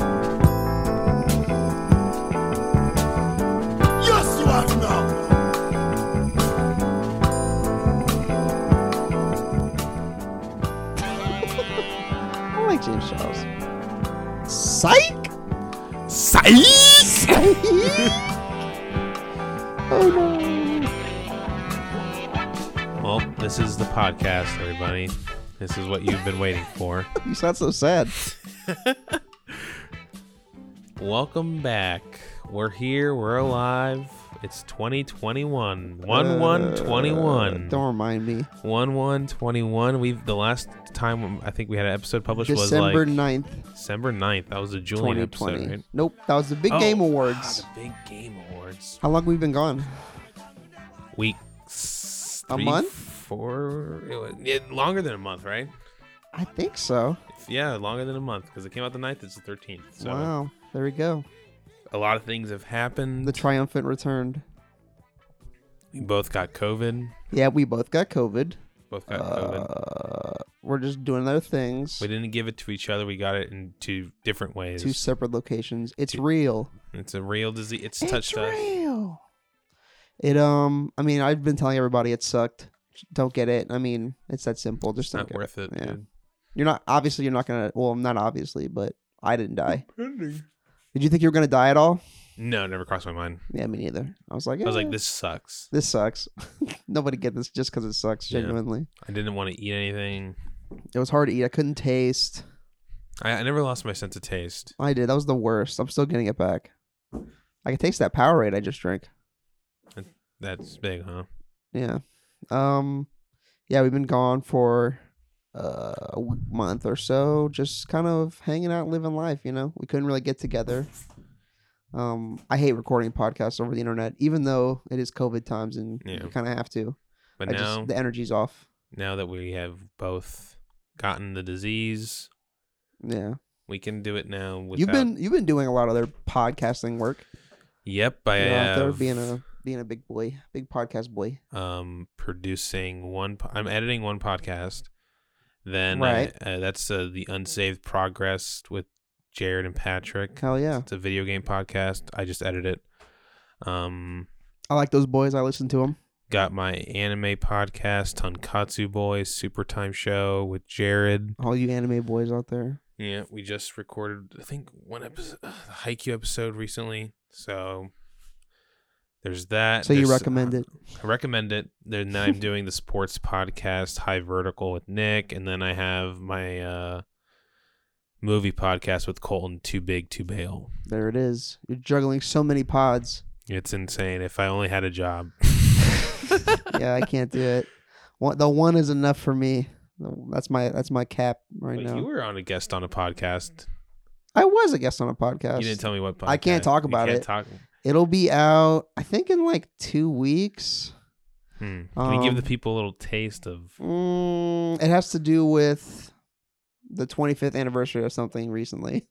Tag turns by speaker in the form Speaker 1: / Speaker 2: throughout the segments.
Speaker 1: Jim Charles.
Speaker 2: Psych.
Speaker 3: Psych!
Speaker 1: Oh no.
Speaker 3: Well, this is the podcast, everybody. This is what you've been waiting for.
Speaker 2: You sound so sad.
Speaker 3: Welcome back. We're here. We're alive. It's 2021. 1 1 21.
Speaker 2: Uh, Don't remind me.
Speaker 3: 1 1 21. We've, the last time I think we had an episode published
Speaker 2: December
Speaker 3: was like
Speaker 2: 9th,
Speaker 3: December 9th. That was the Julian episode,
Speaker 2: 2020.
Speaker 3: right?
Speaker 2: Nope, that was the Big
Speaker 3: Oh,
Speaker 2: Game
Speaker 3: ah,
Speaker 2: Awards.
Speaker 3: the Big Game Awards.
Speaker 2: How long we been gone?
Speaker 3: Weeks.
Speaker 2: A
Speaker 3: three,
Speaker 2: month?
Speaker 3: Four. It was, yeah, longer than a month, right?
Speaker 2: I think so.
Speaker 3: Yeah, longer than a month because it came out the 9th. It's the 13th. So
Speaker 2: Wow. There we go.
Speaker 3: a lot of things have happened.
Speaker 2: The triumphant returned.
Speaker 3: we both got COVID.
Speaker 2: Yeah, we both got COVID.
Speaker 3: Both got COVID.
Speaker 2: Uh, we're just doing other things.
Speaker 3: We didn't give it to each other. We got it in two different ways.
Speaker 2: Two separate locations. It's real.
Speaker 3: It's a real disease. It's touched
Speaker 2: it's
Speaker 3: us.
Speaker 2: real. It um. I mean, I've been telling everybody it sucked. Don't get it. I mean, it's that simple. Just
Speaker 3: It's
Speaker 2: don't
Speaker 3: not
Speaker 2: get
Speaker 3: worth it.
Speaker 2: Yeah. You're not obviously you're not gonna. Well, not obviously, but I didn't die.
Speaker 3: dude.
Speaker 2: Did you think you were gonna die at all?
Speaker 3: No, never crossed my mind.
Speaker 2: Yeah, me neither. I was like,
Speaker 3: I was like,
Speaker 2: "Eh,
Speaker 3: this sucks.
Speaker 2: This sucks. Nobody get this just because it sucks.
Speaker 3: Yeah.
Speaker 2: Genuinely,
Speaker 3: I didn't want to eat anything.
Speaker 2: it was hard to eat. I couldn't taste.
Speaker 3: I, I never lost my sense of taste.
Speaker 2: I did. That was the worst. I'm still getting it back. I can taste that Powerade I just drank.
Speaker 3: That's big, huh?
Speaker 2: Yeah. Um. Yeah, we've been gone for uh, a w- month or so, just kind of hanging out, living life. You know, we couldn't really get together. Um, I hate recording podcasts over the internet, even though it is COVID times and
Speaker 3: Yeah.
Speaker 2: you kind of have to.
Speaker 3: But
Speaker 2: I
Speaker 3: now,
Speaker 2: just the energy's off.
Speaker 3: now that we have both gotten the disease,
Speaker 2: Yeah,
Speaker 3: we can do it now. Without,
Speaker 2: you've been you've been doing a lot of other podcasting work.
Speaker 3: Yep, I
Speaker 2: You're out there
Speaker 3: have.
Speaker 2: being a being a big boy, big podcast boy.
Speaker 3: um producing one po- i'm editing one podcast then
Speaker 2: Right.
Speaker 3: I, uh, that's uh, the unsaved progress with jared and patrick
Speaker 2: Hell yeah,
Speaker 3: it's a video game podcast i just edit it um
Speaker 2: I like those boys. I listen to them.
Speaker 3: got my anime podcast tonkatsu boys super time show with jared
Speaker 2: All you anime boys out there.
Speaker 3: yeah we just recorded i think one episode the haiku episode recently so there's that
Speaker 2: So you
Speaker 3: Uh, There's-
Speaker 2: recommend it?
Speaker 3: I recommend it. Then I'm doing the sports podcast High Vertical with Nick, and then I have my uh, movie podcast with Colton Too Big to Bail.
Speaker 2: There it is. You're juggling so many pods.
Speaker 3: It's insane. If I only had a job,
Speaker 2: yeah, I can't do it. One, the one is enough for me. That's my that's my cap right
Speaker 3: But
Speaker 2: now.
Speaker 3: you were on a guest on a podcast.
Speaker 2: I was a guest on a podcast.
Speaker 3: You didn't tell me what podcast.
Speaker 2: I can't talk
Speaker 3: You
Speaker 2: about
Speaker 3: can't
Speaker 2: it.
Speaker 3: Talk.
Speaker 2: It'll be out, I think, in like two weeks.
Speaker 3: Hmm. Can you give
Speaker 2: Um,
Speaker 3: the people a little taste of?
Speaker 2: Mm, it has to do with the 25th anniversary of something recently.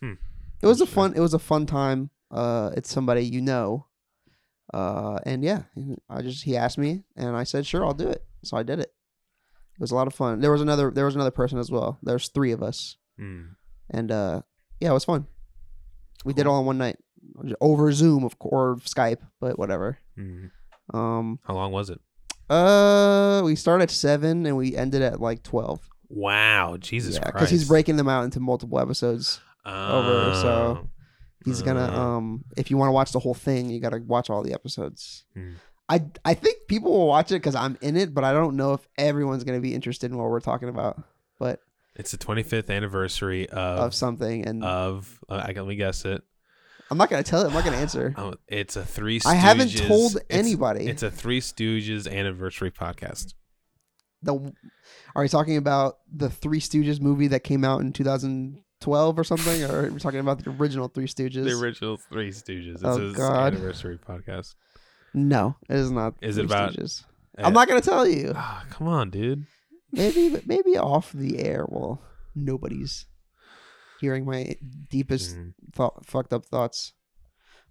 Speaker 3: Hmm.
Speaker 2: It was a
Speaker 3: Interesting.
Speaker 2: fun. It was a fun time. Uh, it's somebody you know. Uh, and yeah, I just he asked me, and I said, "Sure, I'll do it." So I did it. It was a lot of fun. There was another. There was another person as well. There's three of us,
Speaker 3: Hmm.
Speaker 2: and uh, yeah, it was fun. We did it all in one night over Zoom, of course, or Skype, but whatever.
Speaker 3: Hmm.
Speaker 2: Um,
Speaker 3: How long was it?
Speaker 2: uh, we started at seven and we ended at like twelve.
Speaker 3: Wow, Jesus
Speaker 2: yeah,
Speaker 3: Christ! Oh.
Speaker 2: because he's breaking them out into multiple episodes. over, so He's gonna
Speaker 3: Uh.
Speaker 2: um if you want to watch the whole thing, you gotta watch all the episodes.
Speaker 3: Hmm.
Speaker 2: I I think people will watch it because I'm in it, but I don't know if everyone's gonna be interested in what we're talking about. But
Speaker 3: it's the 25th anniversary
Speaker 2: of
Speaker 3: of
Speaker 2: something, and
Speaker 3: of. Oh. uh, I can let me guess it.
Speaker 2: I'm not gonna tell it. I'm not gonna answer.
Speaker 3: Oh, it's a Three Stooges.
Speaker 2: I haven't told
Speaker 3: it's-
Speaker 2: anybody.
Speaker 3: It's, a Three Stooges anniversary podcast.
Speaker 2: the are we talking about the Three Stooges movie that came out in 2012 or something, or are we talking about the original Three Stooges?
Speaker 3: The original Three Stooges. It's
Speaker 2: Oh,
Speaker 3: his
Speaker 2: God.
Speaker 3: anniversary podcast.
Speaker 2: no, it is not.
Speaker 3: Is
Speaker 2: Three
Speaker 3: it about-
Speaker 2: Stooges.
Speaker 3: Uh,
Speaker 2: I'm not gonna tell you.
Speaker 3: ah, come on, dude.
Speaker 2: maybe maybe off the air well nobody's hearing my deepest
Speaker 3: Mm.
Speaker 2: thought fucked up thoughts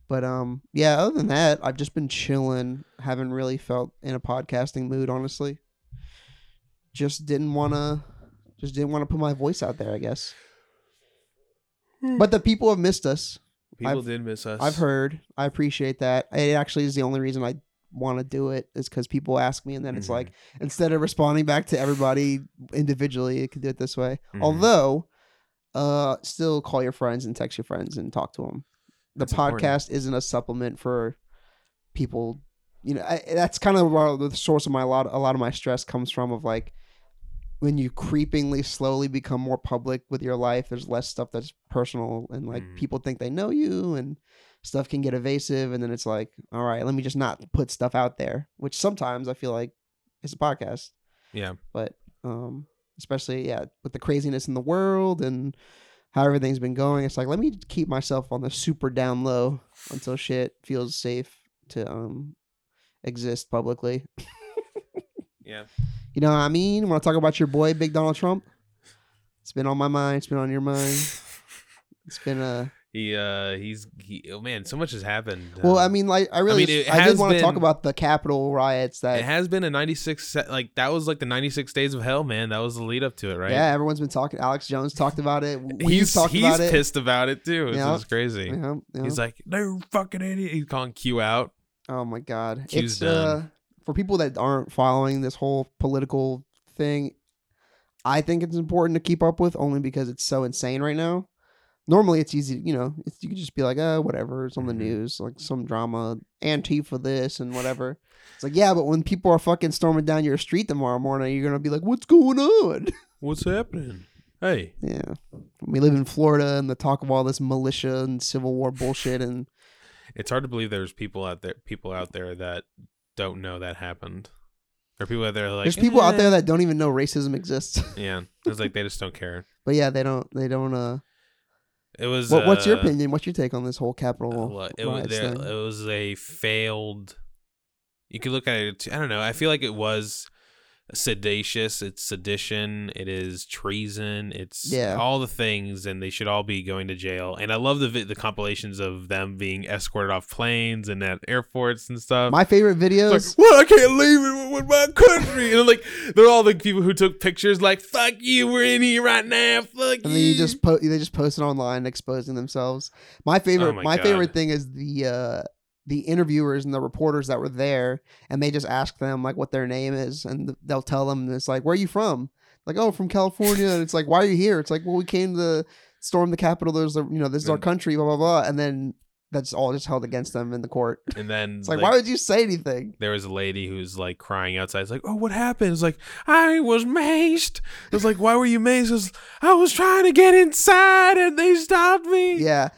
Speaker 2: but um yeah other than that i've just been chilling haven't really felt in a podcasting mood honestly just didn't want to just didn't want to put my voice out there i guess
Speaker 3: Hmm.
Speaker 2: but the people have missed us
Speaker 3: People
Speaker 2: I've-
Speaker 3: did miss us.
Speaker 2: i've heard i appreciate that it actually is the only reason i want to do it is because people ask me and then it's
Speaker 3: Mhm.
Speaker 2: like instead of responding back to everybody individually. You could do it this way.
Speaker 3: Mhm.
Speaker 2: Although, uh, still call your friends and text your friends and talk to them. The
Speaker 3: That's
Speaker 2: podcast
Speaker 3: important.
Speaker 2: isn't a supplement for people. You know, I, that's kind of where the source of my lot. A lot of my stress comes from of like when you creepingly slowly become more public with your life. There's less stuff that's personal, and like
Speaker 3: Mhm.
Speaker 2: people think they know you, and stuff can get evasive. And then it's like, all right, let me just not put stuff out there. Which sometimes I feel like it's a podcast
Speaker 3: Yeah.
Speaker 2: but um especially yeah with the craziness in the world and how everything's been going it's like let me keep myself on the super down low until shit feels safe to um exist publicly
Speaker 3: Yeah.
Speaker 2: you know what i mean when i talk about your boy big donald trump it's been on my mind it's been on your mind it's been uh
Speaker 3: he uh he's he, oh man, so much has happened.
Speaker 2: well
Speaker 3: uh,
Speaker 2: i mean like i really i,
Speaker 3: mean, it
Speaker 2: did
Speaker 3: has
Speaker 2: want to talk
Speaker 3: been-
Speaker 2: about the capitol riots that
Speaker 3: it has been a 96 se- like that was like the 96 days of hell, man. That was the lead up to it, right?
Speaker 2: yeah everyone's been talking alex jones talked about it we've
Speaker 3: he's
Speaker 2: talked
Speaker 3: he's
Speaker 2: about it
Speaker 3: pissed about it too. It's
Speaker 2: Yeah.
Speaker 3: just crazy.
Speaker 2: yeah, yeah.
Speaker 3: He's like, no fucking idiot. He's calling Q out.
Speaker 2: Oh my god.
Speaker 3: Q's
Speaker 2: it's
Speaker 3: done.
Speaker 2: uh for people that aren't following this whole political thing, I think it's important to keep up with only because it's so insane right now. Normally it's easy, you know, it's, you can just be like, "Oh, whatever, it's on the
Speaker 3: Mhm.
Speaker 2: news, like some drama, Antifa this and whatever." It's like, "Yeah, but when people are fucking storming down your street tomorrow morning, you're going to be like, "What's going on?"
Speaker 3: What's happening? Hey,
Speaker 2: yeah. We live in Florida and the talk of all this militia and civil war bullshit and
Speaker 3: it's hard to believe there's people out there people out there that don't know that happened. Or people out there like
Speaker 2: there's people out there
Speaker 3: "Eh."
Speaker 2: that don't even know racism exists.
Speaker 3: yeah, it's like they just don't care.
Speaker 2: but yeah, they don't they don't uh
Speaker 3: It was
Speaker 2: What, what's your
Speaker 3: uh,
Speaker 2: opinion? What's your take on this whole
Speaker 3: Uh,
Speaker 2: Capitol
Speaker 3: well, it, was
Speaker 2: riots
Speaker 3: there,
Speaker 2: thing?
Speaker 3: it was a failed. You could look at it. I don't know. I feel like it was seditious. It's sedition. It is treason. It's
Speaker 2: Yeah.
Speaker 3: all the things, and they should all be going to jail. And I love the vi- the compilations of them being escorted off planes and at airports and stuff.
Speaker 2: My favorite videos.
Speaker 3: It's like, what? I can't leave it with my country. And like, they're all the people who took pictures. Like, fuck you. We're in here right now. Fuck you.
Speaker 2: and then you just po- they just post it online exposing themselves. My favorite
Speaker 3: Oh my
Speaker 2: my, favorite
Speaker 3: God.
Speaker 2: thing is the uh the interviewers and the reporters that were there and they just ask them like what their name is and th- they'll tell them and it's like where are you from? Like oh from California and it's like why are you here? It's like well we came to storm the Capitol there's the, you know this is our
Speaker 3: And-
Speaker 2: country blah blah blah and then that's all just held against them in the court.
Speaker 3: and then
Speaker 2: It's like why would you say anything?
Speaker 3: there was a lady who's like crying outside. It's like, oh, what happened? It's like, I was maced. It's like, why were you maced? It's, I was trying to get inside and they stopped me.
Speaker 2: Yeah.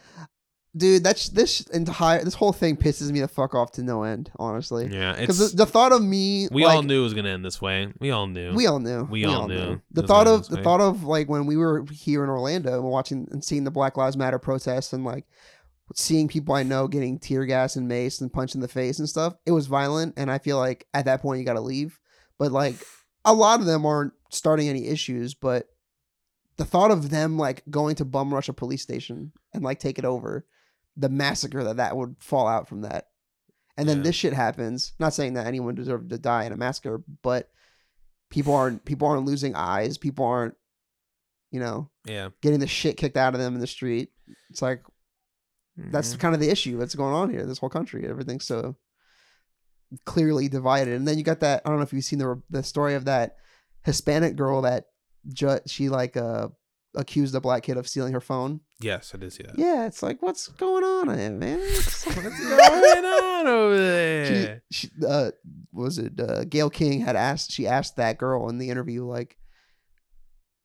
Speaker 2: Dude, that's this entire this whole thing pisses me the fuck off to no end, honestly.
Speaker 3: Yeah.
Speaker 2: Because
Speaker 3: It's,
Speaker 2: the, the thought of me,
Speaker 3: we
Speaker 2: like,
Speaker 3: all knew it was going to end this way. We all knew.
Speaker 2: we all knew,
Speaker 3: We all knew.
Speaker 2: The
Speaker 3: That's what
Speaker 2: thought
Speaker 3: I
Speaker 2: of
Speaker 3: was
Speaker 2: the
Speaker 3: saying.
Speaker 2: thought of like when we were here in Orlando and watching and seeing the Black Lives Matter protests and like seeing people I know getting tear gas and mace and punched in the face and stuff. It was violent, and I feel like at that point you got to leave. But like a lot of them aren't starting any issues, but the thought of them like going to bum rush a police station and like take it over, the massacre that that would fall out from that. And then
Speaker 3: Yeah.
Speaker 2: this shit happens. Not saying that anyone deserved to die in a massacre, but people aren't people aren't losing eyes. People aren't, you know,
Speaker 3: yeah.
Speaker 2: getting the shit kicked out of them in the street. It's like that's kind of the issue that's going on here. This whole country, everything's so clearly divided. And then you got that. I don't know if you've seen the the story of that Hispanic girl that ju- she like uh accused a black kid of stealing her phone.
Speaker 3: Mm-hmm. yes, I did see that.
Speaker 2: Yeah, it's like what's going on here, man? What's
Speaker 3: What's going on over there?
Speaker 2: She, she uh, was it uh, Gail King had asked. She asked that girl in the interview, like,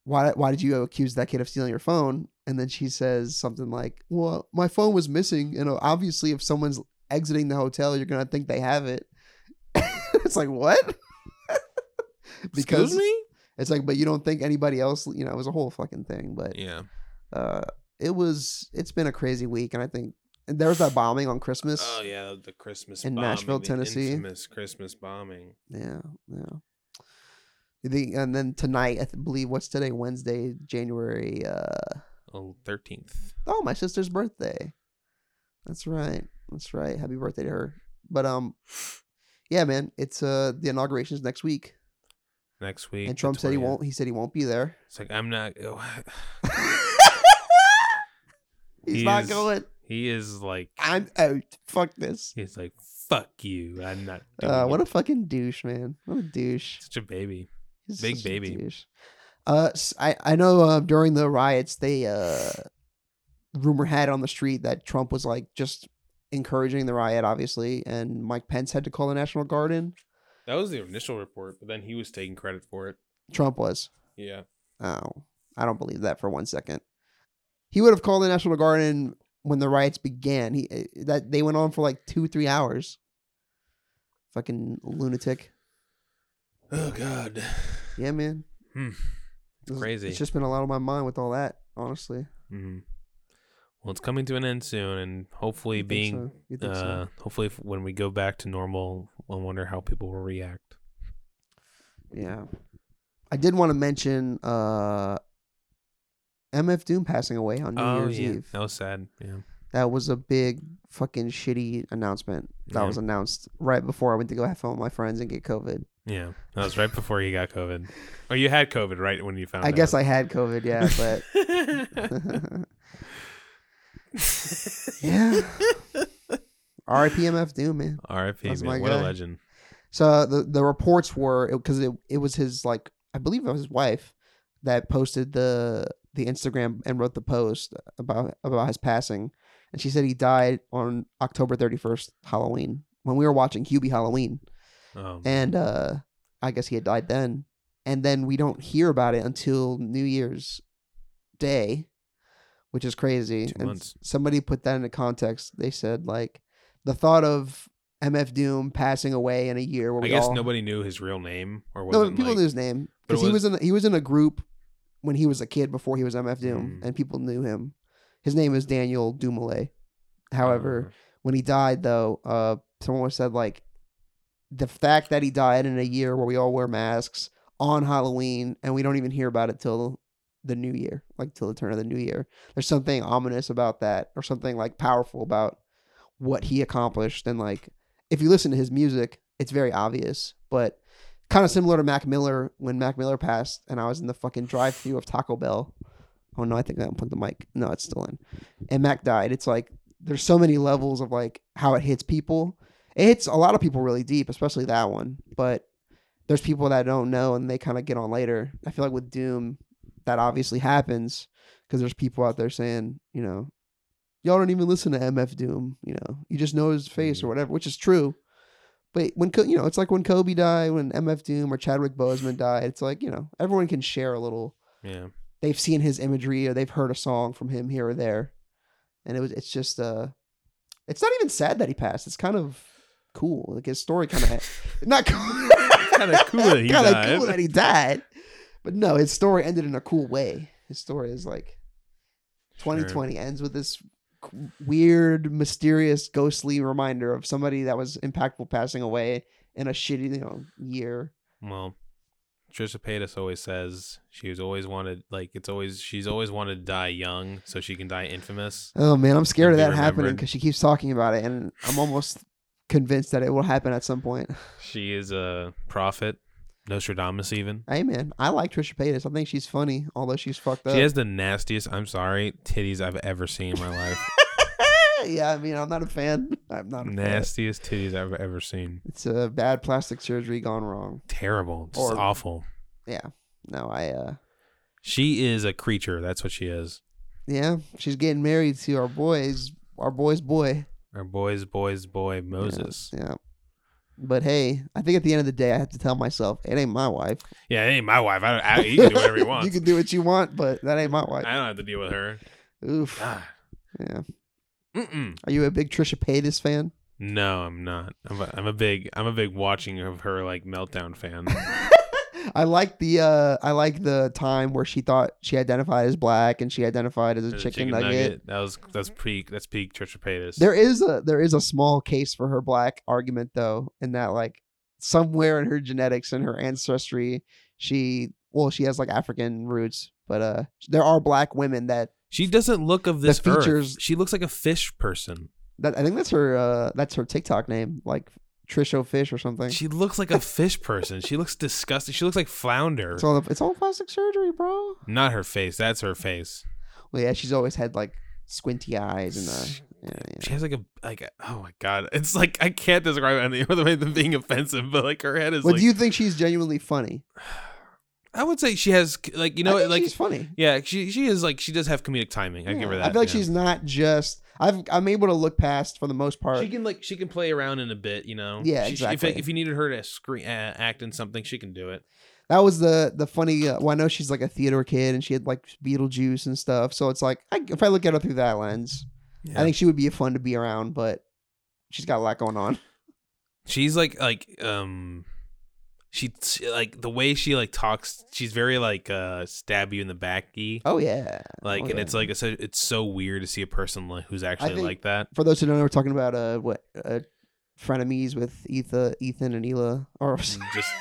Speaker 2: "Why? Why did you accuse that kid of stealing your phone?" And then she says something like, "Well, my phone was missing, and uh, obviously, if someone's exiting the hotel, you're gonna think they have it." it's like what?
Speaker 3: Excuse me?
Speaker 2: it's like, but you don't think anybody else, you know, it was a whole fucking thing. But
Speaker 3: Yeah.
Speaker 2: uh, it was. It's been a crazy week, and I think and there was that bombing on Christmas.
Speaker 3: Oh, yeah. The Christmas
Speaker 2: In
Speaker 3: bombing,
Speaker 2: Nashville,
Speaker 3: the
Speaker 2: Tennessee.
Speaker 3: infamous Christmas bombing.
Speaker 2: Yeah, yeah. The, and then tonight, I th- believe what's today, Wednesday, January. Uh,
Speaker 3: Oh, 13th.
Speaker 2: oh, my sister's birthday. That's right. That's right. Happy birthday to her. But um, yeah, man, it's uh the inauguration's next week,
Speaker 3: Next week.
Speaker 2: and
Speaker 3: the
Speaker 2: Trump said he
Speaker 3: 20th.
Speaker 2: won't. He said he won't be there.
Speaker 3: It's like, I'm not. oh,
Speaker 2: He's
Speaker 3: He
Speaker 2: not
Speaker 3: is-
Speaker 2: going.
Speaker 3: he is like.
Speaker 2: I'm out. Fuck this.
Speaker 3: He's like, "Fuck you! I'm not." Doing
Speaker 2: Uh, what
Speaker 3: it."
Speaker 2: a fucking douche, man. What a douche.
Speaker 3: such a baby.
Speaker 2: He's
Speaker 3: Big
Speaker 2: such a
Speaker 3: baby.
Speaker 2: douche. Uh, s- I I know uh, during the riots they uh, rumor had on the street that Trump was like just encouraging the riot, obviously, and Mike Pence had to call the National Guard in.
Speaker 3: That was the initial report, but then he was taking credit for it.
Speaker 2: Trump was.
Speaker 3: Yeah.
Speaker 2: Oh, I don't believe that for one second. He would have called the National Guard in when the riots began. He eh, that they went on for like two three hours. Fucking lunatic.
Speaker 3: Oh God.
Speaker 2: Yeah, man.
Speaker 3: Hmm.
Speaker 2: It's-
Speaker 3: Crazy.
Speaker 2: It's just been a lot on my mind with all that, honestly.
Speaker 3: hmm Well, it's coming to an end soon, and hopefully,
Speaker 2: You think
Speaker 3: being
Speaker 2: so? You think so?
Speaker 3: uh, hopefully if, when we go back to normal, I wonder how people will react.
Speaker 2: Yeah. I did want to mention uh MF Doom passing away on New
Speaker 3: oh
Speaker 2: Year's
Speaker 3: yeah,
Speaker 2: Eve.
Speaker 3: that was sad. Yeah.
Speaker 2: That was a big fucking shitty announcement that
Speaker 3: Yeah.
Speaker 2: was announced right before I went to go have fun with my friends and get COVID.
Speaker 3: Yeah, that was right before you got COVID. Or you had COVID right when you found
Speaker 2: I
Speaker 3: out.
Speaker 2: guess I had COVID, yeah, but yeah. RIP MF Doom, man.
Speaker 3: R.I.P.
Speaker 2: That's my
Speaker 3: man. What a
Speaker 2: guy.
Speaker 3: legend.
Speaker 2: So the the reports were because it, it was his like I believe it was his wife that posted the the Instagram and wrote the post about about his passing, and she said he died on October thirty first, Halloween, when we were watching Hubie Halloween,
Speaker 3: Um,
Speaker 2: and uh, I guess he had died then, and then we don't hear about it until New Year's Day, which is crazy.
Speaker 3: Two
Speaker 2: and
Speaker 3: months.
Speaker 2: somebody put that into context. They said like the thought of MF Doom passing away in a year where
Speaker 3: I
Speaker 2: we
Speaker 3: guess
Speaker 2: all
Speaker 3: nobody knew his real name or
Speaker 2: no,
Speaker 3: wasn't
Speaker 2: people
Speaker 3: like,
Speaker 2: knew his name
Speaker 3: but it
Speaker 2: because he
Speaker 3: was-
Speaker 2: was in he was in a group when he was a kid before he was MF Doom,
Speaker 3: Mm.
Speaker 2: and people knew him. His name is Daniel Dumoulin. However, when he died, though, uh, someone said like the fact that he died in a year where we all wear masks on Halloween and we don't even hear about it till the new year, like till the turn of the new year. There's something ominous about that, or something like powerful about what he accomplished. And like, if you listen to his music, it's very obvious, but kind of similar to Mac Miller when Mac Miller passed, and I was in the fucking drive-through of Taco Bell. Oh no, I think I unplugged the mic. No, it's still in. And Mac died. It's like there's so many levels of like how it hits people. It hits a lot of people really deep, especially that one. But there's people that don't know and they kind of get on later. I feel like with Doom, that obviously happens because there's people out there saying, you know, y'all don't even listen to MF Doom. You know, you just know his face or whatever, which is true. But when Co- you know, it's like when Kobe died, when MF Doom or Chadwick Boseman died. It's like you know, everyone can share a little
Speaker 3: yeah.
Speaker 2: they've seen his imagery or they've heard a song from him here or there. And it was it's just uh it's not even sad that he passed. It's kind of cool. Like his story kind of not cool.
Speaker 3: Kinda cool that he
Speaker 2: Kinda
Speaker 3: died.
Speaker 2: cool that he died. But no, his story ended in a cool way. His story is like 2020 ends with this c- weird, mysterious, ghostly reminder of somebody that was impactful passing away in a shitty, you know, year.
Speaker 3: Well, Trisha Paytas always says she was always wanted like it's always she's always wanted to die young so she can die infamous.
Speaker 2: Oh man, I'm scared of
Speaker 3: be
Speaker 2: that happening
Speaker 3: remembered.
Speaker 2: because she keeps talking about it, and I'm almost convinced that it will happen at some point.
Speaker 3: She is a prophet, Nostradamus even.
Speaker 2: Hey man, I like Trisha Paytas. I think she's funny, although she's fucked up.
Speaker 3: She has the nastiest, I'm sorry, titties I've ever seen in my life.
Speaker 2: yeah, I mean, I'm not a fan. I'm not a fan.
Speaker 3: nastiest titties I've ever seen.
Speaker 2: It's a bad plastic surgery gone wrong.
Speaker 3: Terrible. Just
Speaker 2: Or-
Speaker 3: awful.
Speaker 2: Yeah, no, I. uh
Speaker 3: She is a creature. That's what she is.
Speaker 2: Yeah, she's getting married to our boys, our boy's boy
Speaker 3: Our boy's boy's boy,
Speaker 2: Yeah,
Speaker 3: Moses.
Speaker 2: Yeah. But hey, I think at the end of the day, I have to tell myself it ain't my wife.
Speaker 3: Yeah, it ain't my wife. I, I, you can do whatever you
Speaker 2: you
Speaker 3: want.
Speaker 2: can do what you want, but that ain't my wife.
Speaker 3: I don't have to deal with her.
Speaker 2: Oof.
Speaker 3: God.
Speaker 2: Yeah.
Speaker 3: Mm-mm.
Speaker 2: Are you a big Trisha Paytas fan?
Speaker 3: No, I'm not. I'm a, I'm a big I'm a big watching of her like meltdown fan.
Speaker 2: I like the uh I like the time where she thought she identified as black and she identified as a
Speaker 3: The
Speaker 2: chicken, nugget.
Speaker 3: That was that's peak that's peak Trisha Paytas.
Speaker 2: There is a there is a small case for her black argument though, in that like somewhere in her genetics and her ancestry, she well she has like African roots, but uh there are black women that
Speaker 3: she doesn't look of this
Speaker 2: features-
Speaker 3: earth. She looks like a fish person.
Speaker 2: that I think that's her uh that's her TikTok name like Trisho Fish or something.
Speaker 3: She looks like a fish person. She looks disgusting. She looks like flounder.
Speaker 2: it's all it's all plastic surgery, bro.
Speaker 3: Not her face. That's her face.
Speaker 2: Well, yeah, she's always had like squinty eyes and uh, yeah, yeah.
Speaker 3: She has like a like. A, oh my god! It's like I can't describe it any other way than being offensive. But like her head is
Speaker 2: Well,
Speaker 3: like.
Speaker 2: do you think she's genuinely funny?
Speaker 3: I would say she has like you know
Speaker 2: I think
Speaker 3: like
Speaker 2: she's funny.
Speaker 3: yeah she she is like she does have comedic timing. I give her
Speaker 2: Yeah,
Speaker 3: that.
Speaker 2: I feel like
Speaker 3: yeah.
Speaker 2: she's not just. I've I'm able to look past for the most part.
Speaker 3: she can like she can play around in a bit, you know.
Speaker 2: Yeah,
Speaker 3: She- she- If,
Speaker 2: exactly.
Speaker 3: if you needed her to screen uh, act in something, she can do it.
Speaker 2: that was the the funny. Uh, well, I know she's like a theater kid, and she had like Beetlejuice and stuff. So it's like I, if I look at her through that lens,
Speaker 3: Yeah.
Speaker 2: I think she would be fun to be around, but she's got a lot going on.
Speaker 3: she's like like um she, she like the way she like talks she's very like uh stab you in the backy
Speaker 2: Oh yeah.
Speaker 3: like
Speaker 2: oh,
Speaker 3: and
Speaker 2: yeah.
Speaker 3: it's like it's so, it's so weird to see a person like who's actually
Speaker 2: think-
Speaker 3: like that
Speaker 2: For those who don't know, we're talking about uh what uh, frenemies with Etha, Ethan and Ela, or
Speaker 3: Mm, just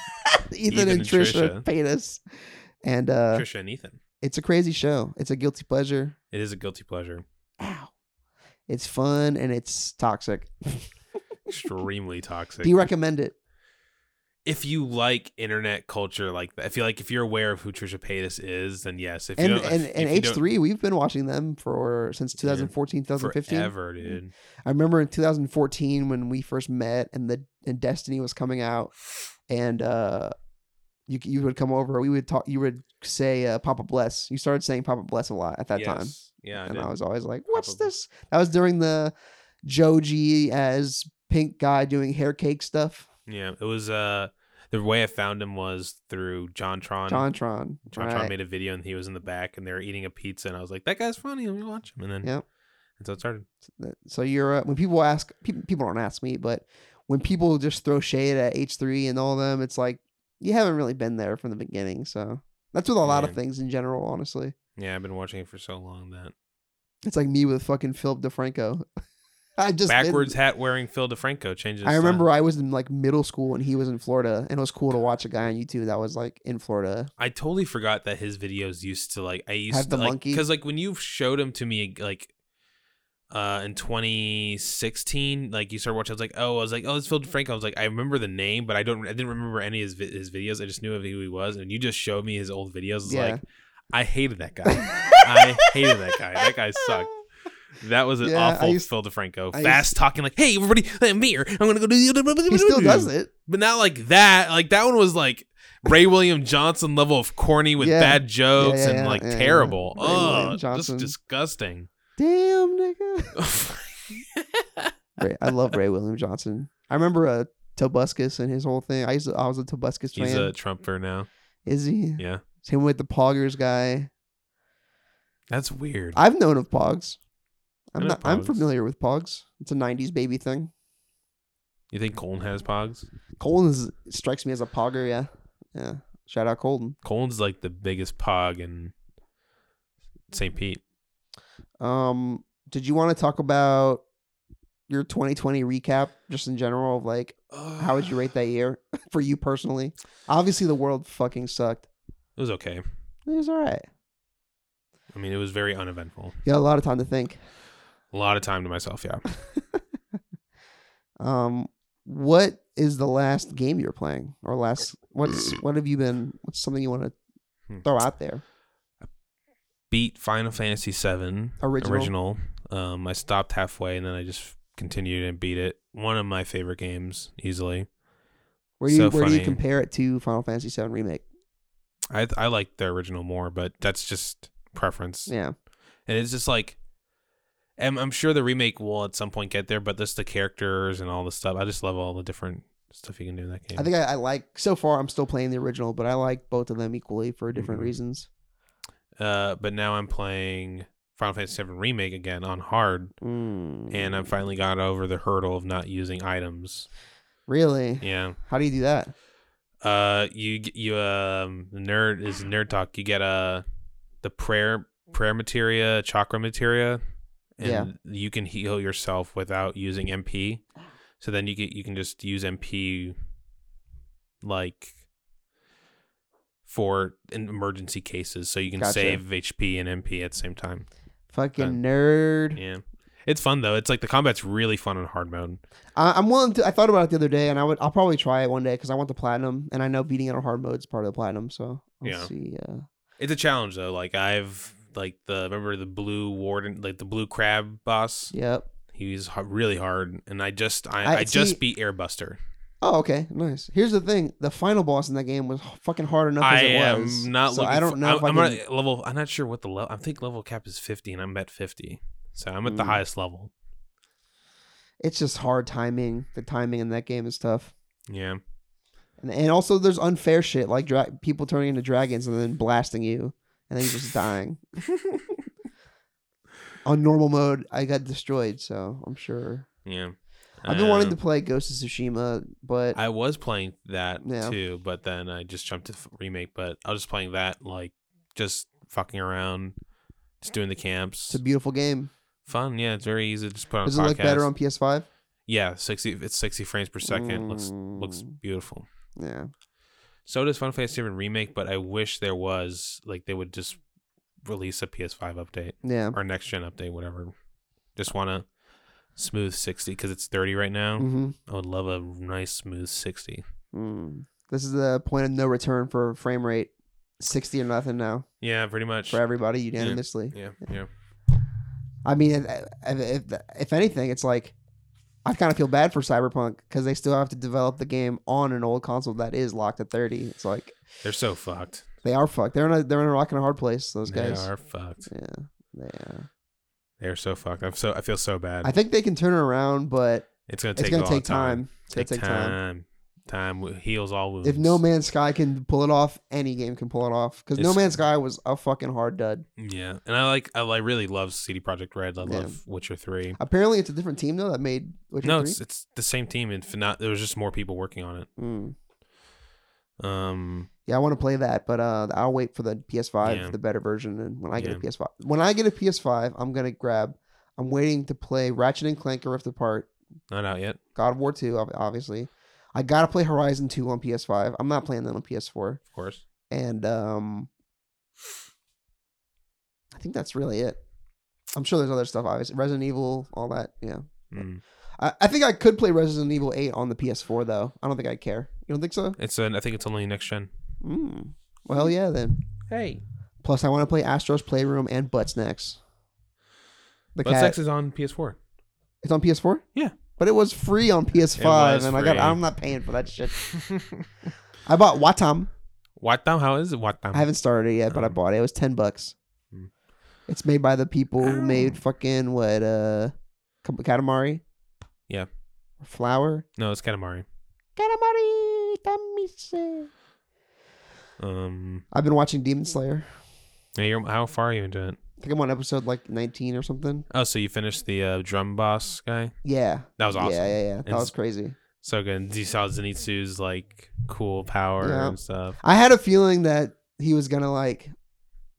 Speaker 2: Ethan,
Speaker 3: Ethan
Speaker 2: and
Speaker 3: and
Speaker 2: Trisha,
Speaker 3: Trisha.
Speaker 2: Paytas, and uh,
Speaker 3: trisha and ethan
Speaker 2: it's a crazy show. It's a guilty pleasure.
Speaker 3: it is a guilty pleasure
Speaker 2: Ow. It's fun and it's toxic.
Speaker 3: extremely toxic
Speaker 2: Do you recommend it?
Speaker 3: if you like internet culture like that if you like if you're aware of who trisha paytas is then yes if you
Speaker 2: and
Speaker 3: don't,
Speaker 2: and,
Speaker 3: if
Speaker 2: and
Speaker 3: you don't-
Speaker 2: H3, we've been watching them for since 2014, 2015.
Speaker 3: forever dude
Speaker 2: I remember in 2014 when we first met and the and Destiny was coming out and uh you you would come over, we would talk you would say uh, Papa Bless. You started saying Papa Bless a lot at that time.
Speaker 3: Yes. yeah I
Speaker 2: and
Speaker 3: did.
Speaker 2: I was always like, "What's
Speaker 3: Papa-
Speaker 2: this?" That was during the Joji as pink guy doing hair cake stuff.
Speaker 3: yeah it was uh the way i found him was through jontron
Speaker 2: Jontron.
Speaker 3: Tron
Speaker 2: right.
Speaker 3: made a video and he was in the back and they were eating a pizza and I was like, that guy's funny. Let me watch him. And then
Speaker 2: Yep.
Speaker 3: and so it started.
Speaker 2: that- so you're uh, when people ask people, people don't ask me but when people just throw shade at h3 and all them it's like you haven't really been there from the beginning so that's with a lot of
Speaker 3: Yeah.
Speaker 2: things in general honestly
Speaker 3: Yeah, I've been watching it for so long that
Speaker 2: it's like me with fucking philip defranco i just been-
Speaker 3: backwards uh, hat wearing Phil DeFranco changes.
Speaker 2: i remember i was in like middle school and he was in florida and it was cool to watch a guy on youtube that was like in florida
Speaker 3: I totally forgot that his videos used to like I used
Speaker 2: Have
Speaker 3: to
Speaker 2: the
Speaker 3: like
Speaker 2: monkey?
Speaker 3: because like when you showed him to me like uh in 2016 like you started watching I was like oh I was like oh it's Phil DeFranco I was like I remember the name but I don't I didn't remember any of his, vi- his videos I just knew who he was and you just showed me his old videos I was
Speaker 2: Yeah.
Speaker 3: like I hated that guy I hated that guy that guy sucked That was an
Speaker 2: Yeah, I
Speaker 3: awful
Speaker 2: used-
Speaker 3: Phil DeFranco.
Speaker 2: I used-
Speaker 3: Fast talking like, "Hey everybody, I'm here. I'm gonna go do."
Speaker 2: he still does it
Speaker 3: but not like that. Like that one was like Ray William Johnson level of corny with
Speaker 2: Yeah.
Speaker 3: bad jokes
Speaker 2: yeah,
Speaker 3: and
Speaker 2: yeah,
Speaker 3: like
Speaker 2: yeah, yeah.
Speaker 3: terrible.
Speaker 2: Ray William
Speaker 3: Oh, just
Speaker 2: Johnson.
Speaker 3: disgusting.
Speaker 2: damn nigga
Speaker 3: yeah,
Speaker 2: Ray, I love Ray William Johnson. I remember uh, Tobuscus and his whole thing. I used to, I was a Tobuscus
Speaker 3: he's
Speaker 2: fan.
Speaker 3: a Trumper now.
Speaker 2: Is he?
Speaker 3: Yeah,
Speaker 2: Same with the Poggers guy.
Speaker 3: that's weird.
Speaker 2: I've known of Pogs.
Speaker 3: I
Speaker 2: I'm
Speaker 3: know
Speaker 2: not. I'm
Speaker 3: Pogs.
Speaker 2: familiar with Pogs. It's a '90s baby thing.
Speaker 3: you think Colton has pogs?
Speaker 2: Colton is, strikes me as a Pogger. Yeah, yeah. Shout out Colton.
Speaker 3: Colton's like the biggest pog in St. Pete.
Speaker 2: Um, did you want to talk about your 2020 recap, just in general? Of like, how would you rate that year for you personally? Obviously, the world fucking sucked.
Speaker 3: It was okay.
Speaker 2: It was all right.
Speaker 3: I mean, it was very uneventful.
Speaker 2: You had a lot of time to think.
Speaker 3: A lot of time to myself. Yeah.
Speaker 2: Um, what is the last game you're playing, or last what's what have you been? What's something you want
Speaker 3: Hmm.
Speaker 2: to throw out there?
Speaker 3: beat Final Fantasy VII
Speaker 2: Original.
Speaker 3: original. Um, I stopped halfway and then I just continued and beat it. One of my favorite games, easily.
Speaker 2: Where do you
Speaker 3: So
Speaker 2: where do you
Speaker 3: funny.
Speaker 2: compare it to Final Fantasy VII remake?
Speaker 3: I I like the original more, but that's just preference.
Speaker 2: Yeah,
Speaker 3: And it's just like, I'm I'm sure the remake will at some point get there, but just the characters and all the stuff. I just love all the different stuff you can do in that game.
Speaker 2: I think I, I like so far. I'm still playing the original, but I like both of them equally for different
Speaker 3: Mhm.
Speaker 2: reasons.
Speaker 3: uh, but now I'm playing Final Fantasy VII remake again on hard,
Speaker 2: Mm.
Speaker 3: and I've finally got over the hurdle of not using items.
Speaker 2: really,
Speaker 3: Yeah.
Speaker 2: how do you do that?
Speaker 3: Uh, you g- you um nerd is nerd talk. You get uh the prayer prayer materia chakra materia, and
Speaker 2: Yeah.
Speaker 3: you can heal yourself without using MP. So then you get you can just use MP like for in emergency cases. So you can
Speaker 2: Gotcha.
Speaker 3: save HP and MP at the same time.
Speaker 2: Fucking
Speaker 3: Um,
Speaker 2: nerd.
Speaker 3: Yeah. It's fun though. It's like the combat's really fun on hard mode.
Speaker 2: I, I'm willing to. I thought about it the other day, and I would. I'll probably try it one day because I want the platinum, and I know beating it on hard mode is part of the platinum. So I'll
Speaker 3: Yeah.
Speaker 2: see. Uh,
Speaker 3: It's a challenge though. Like I've like the remember the blue warden like the blue crab boss.
Speaker 2: yep.
Speaker 3: He was h- really hard, and I just I,
Speaker 2: I-
Speaker 3: I, just
Speaker 2: see-
Speaker 3: beat Airbuster.
Speaker 2: Oh, okay, nice. Here's the thing: the final boss in that game was h- fucking hard enough
Speaker 3: I
Speaker 2: as it
Speaker 3: am
Speaker 2: was.
Speaker 3: not.
Speaker 2: so
Speaker 3: looking
Speaker 2: I don't
Speaker 3: for-
Speaker 2: know
Speaker 3: I'm,
Speaker 2: if I
Speaker 3: I'm
Speaker 2: can.
Speaker 3: at level. I'm not sure what the level. I think level cap is 50, and I'm at 50, so I'm at the
Speaker 2: Mm.
Speaker 3: highest level.
Speaker 2: It's just hard timing. The timing in that game is tough,
Speaker 3: Yeah.
Speaker 2: and, and also there's unfair shit like dra- people turning into dragons and then blasting you, and then you're just dying. On normal mode, I got destroyed, so I'm sure.
Speaker 3: Yeah.
Speaker 2: I've been wanting
Speaker 3: Um,
Speaker 2: to play Ghost of Tsushima, but
Speaker 3: I was playing that
Speaker 2: Yeah.
Speaker 3: too, but then I just jumped to f- remake. But I was just playing that, like just fucking around, just doing the camps.
Speaker 2: it's a beautiful game.
Speaker 3: Fun, yeah. It's very easy to just put on.
Speaker 2: Does
Speaker 3: a
Speaker 2: it look better
Speaker 3: podcast.
Speaker 2: on PS5?
Speaker 3: Yeah, sixty. It's sixty frames per second. Looks looks
Speaker 2: Mm,
Speaker 3: beautiful.
Speaker 2: Yeah.
Speaker 3: So does Final Fantasy VII remake, but I wish there was like they would just release a PS5 update
Speaker 2: Yeah.
Speaker 3: or next gen update, whatever. Just want to smooth sixty because it's thirty right now.
Speaker 2: Mm-hmm.
Speaker 3: I would love a nice smooth sixty. Hmm.
Speaker 2: Mm. This is the point of no return for frame rate, sixty or nothing now
Speaker 3: Yeah, pretty much.
Speaker 2: for everybody unanimously.
Speaker 3: Yeah, yeah.
Speaker 2: I mean, if, if if anything, it's like I kind of feel bad for Cyberpunk because they still have to develop the game on an old console that is locked at thirty. It's like
Speaker 3: They're so fucked.
Speaker 2: they are fucked. They're in a they're in a rock and a hard place. Those guys.
Speaker 3: They are fucked.
Speaker 2: Yeah. They are.
Speaker 3: They're so fucked. I'm so I feel so bad.
Speaker 2: I think they can turn it around, but
Speaker 3: it's gonna take
Speaker 2: it's gonna
Speaker 3: a lot
Speaker 2: take
Speaker 3: of time.
Speaker 2: time. It's gonna
Speaker 3: Take
Speaker 2: take time.
Speaker 3: time. Time wo- heals all wounds.
Speaker 2: If No Man's Sky can pull it off, any game can pull it off. Because No
Speaker 3: It's-
Speaker 2: Man's Sky was a fucking hard dud.
Speaker 3: yeah, and I like I like really love CD Project Red. I
Speaker 2: Yeah.
Speaker 3: love Witcher Three.
Speaker 2: Apparently, it's a different team though that made Witcher
Speaker 3: no,
Speaker 2: Three.
Speaker 3: it's it's the same team, and for not there was just more people working on it.
Speaker 2: Mm.
Speaker 3: Um,
Speaker 2: Yeah, I want to play that, but uh, I'll wait for the PS5,
Speaker 3: Yeah.
Speaker 2: the better version. And when I get
Speaker 3: Yeah.
Speaker 2: a PS5, when I get a PS5, I'm gonna grab. I'm waiting to play Ratchet and Clank Rift Apart,
Speaker 3: not out yet.
Speaker 2: God of War 2, ob- obviously. I gotta play Horizon 2 on PS5. I'm not playing that on PS4,
Speaker 3: Of course,
Speaker 2: and um, I think that's really it. I'm sure there's other stuff, obviously. Resident Evil, all that. Yeah,
Speaker 3: Mm.
Speaker 2: I, I think I could play Resident Evil 8 on the PS4 though. I don't think I care. You don't think so?
Speaker 3: it's an, I think it's only next gen. Hmm.
Speaker 2: Mm. Well, yeah then.
Speaker 3: Hey,
Speaker 2: Plus, I want to play Astros Playroom and Butt Snacks. The
Speaker 3: but
Speaker 2: cat.
Speaker 3: Sex is on PS4.
Speaker 2: it's on PS4.
Speaker 3: Yeah.
Speaker 2: but it was free on PS5,
Speaker 3: was
Speaker 2: and I got.
Speaker 3: free.
Speaker 2: I'm not paying for that shit. I bought Watam.
Speaker 3: What time? How is it? What time?
Speaker 2: I haven't started it yet, but I
Speaker 3: Um,
Speaker 2: bought it. It was ten bucks.
Speaker 3: Hmm.
Speaker 2: It's made by the people who
Speaker 3: Ow.
Speaker 2: made fucking what uh, Ka- Katamari.
Speaker 3: Yeah.
Speaker 2: Flower.
Speaker 3: No, it's Katamari.
Speaker 2: Katamari Tamise.
Speaker 3: Um,
Speaker 2: I've been watching Demon Slayer.
Speaker 3: yeah, you're, how far are you into it?
Speaker 2: I think I'm on episode like 19 or something.
Speaker 3: Oh, so you finished the uh, drum boss guy?
Speaker 2: Yeah.
Speaker 3: That was awesome.
Speaker 2: Yeah, yeah, yeah. That
Speaker 3: It's-
Speaker 2: was crazy.
Speaker 3: So good. You saw Zenitsu's like cool power
Speaker 2: Yeah.
Speaker 3: and stuff.
Speaker 2: I had a feeling that he was gonna like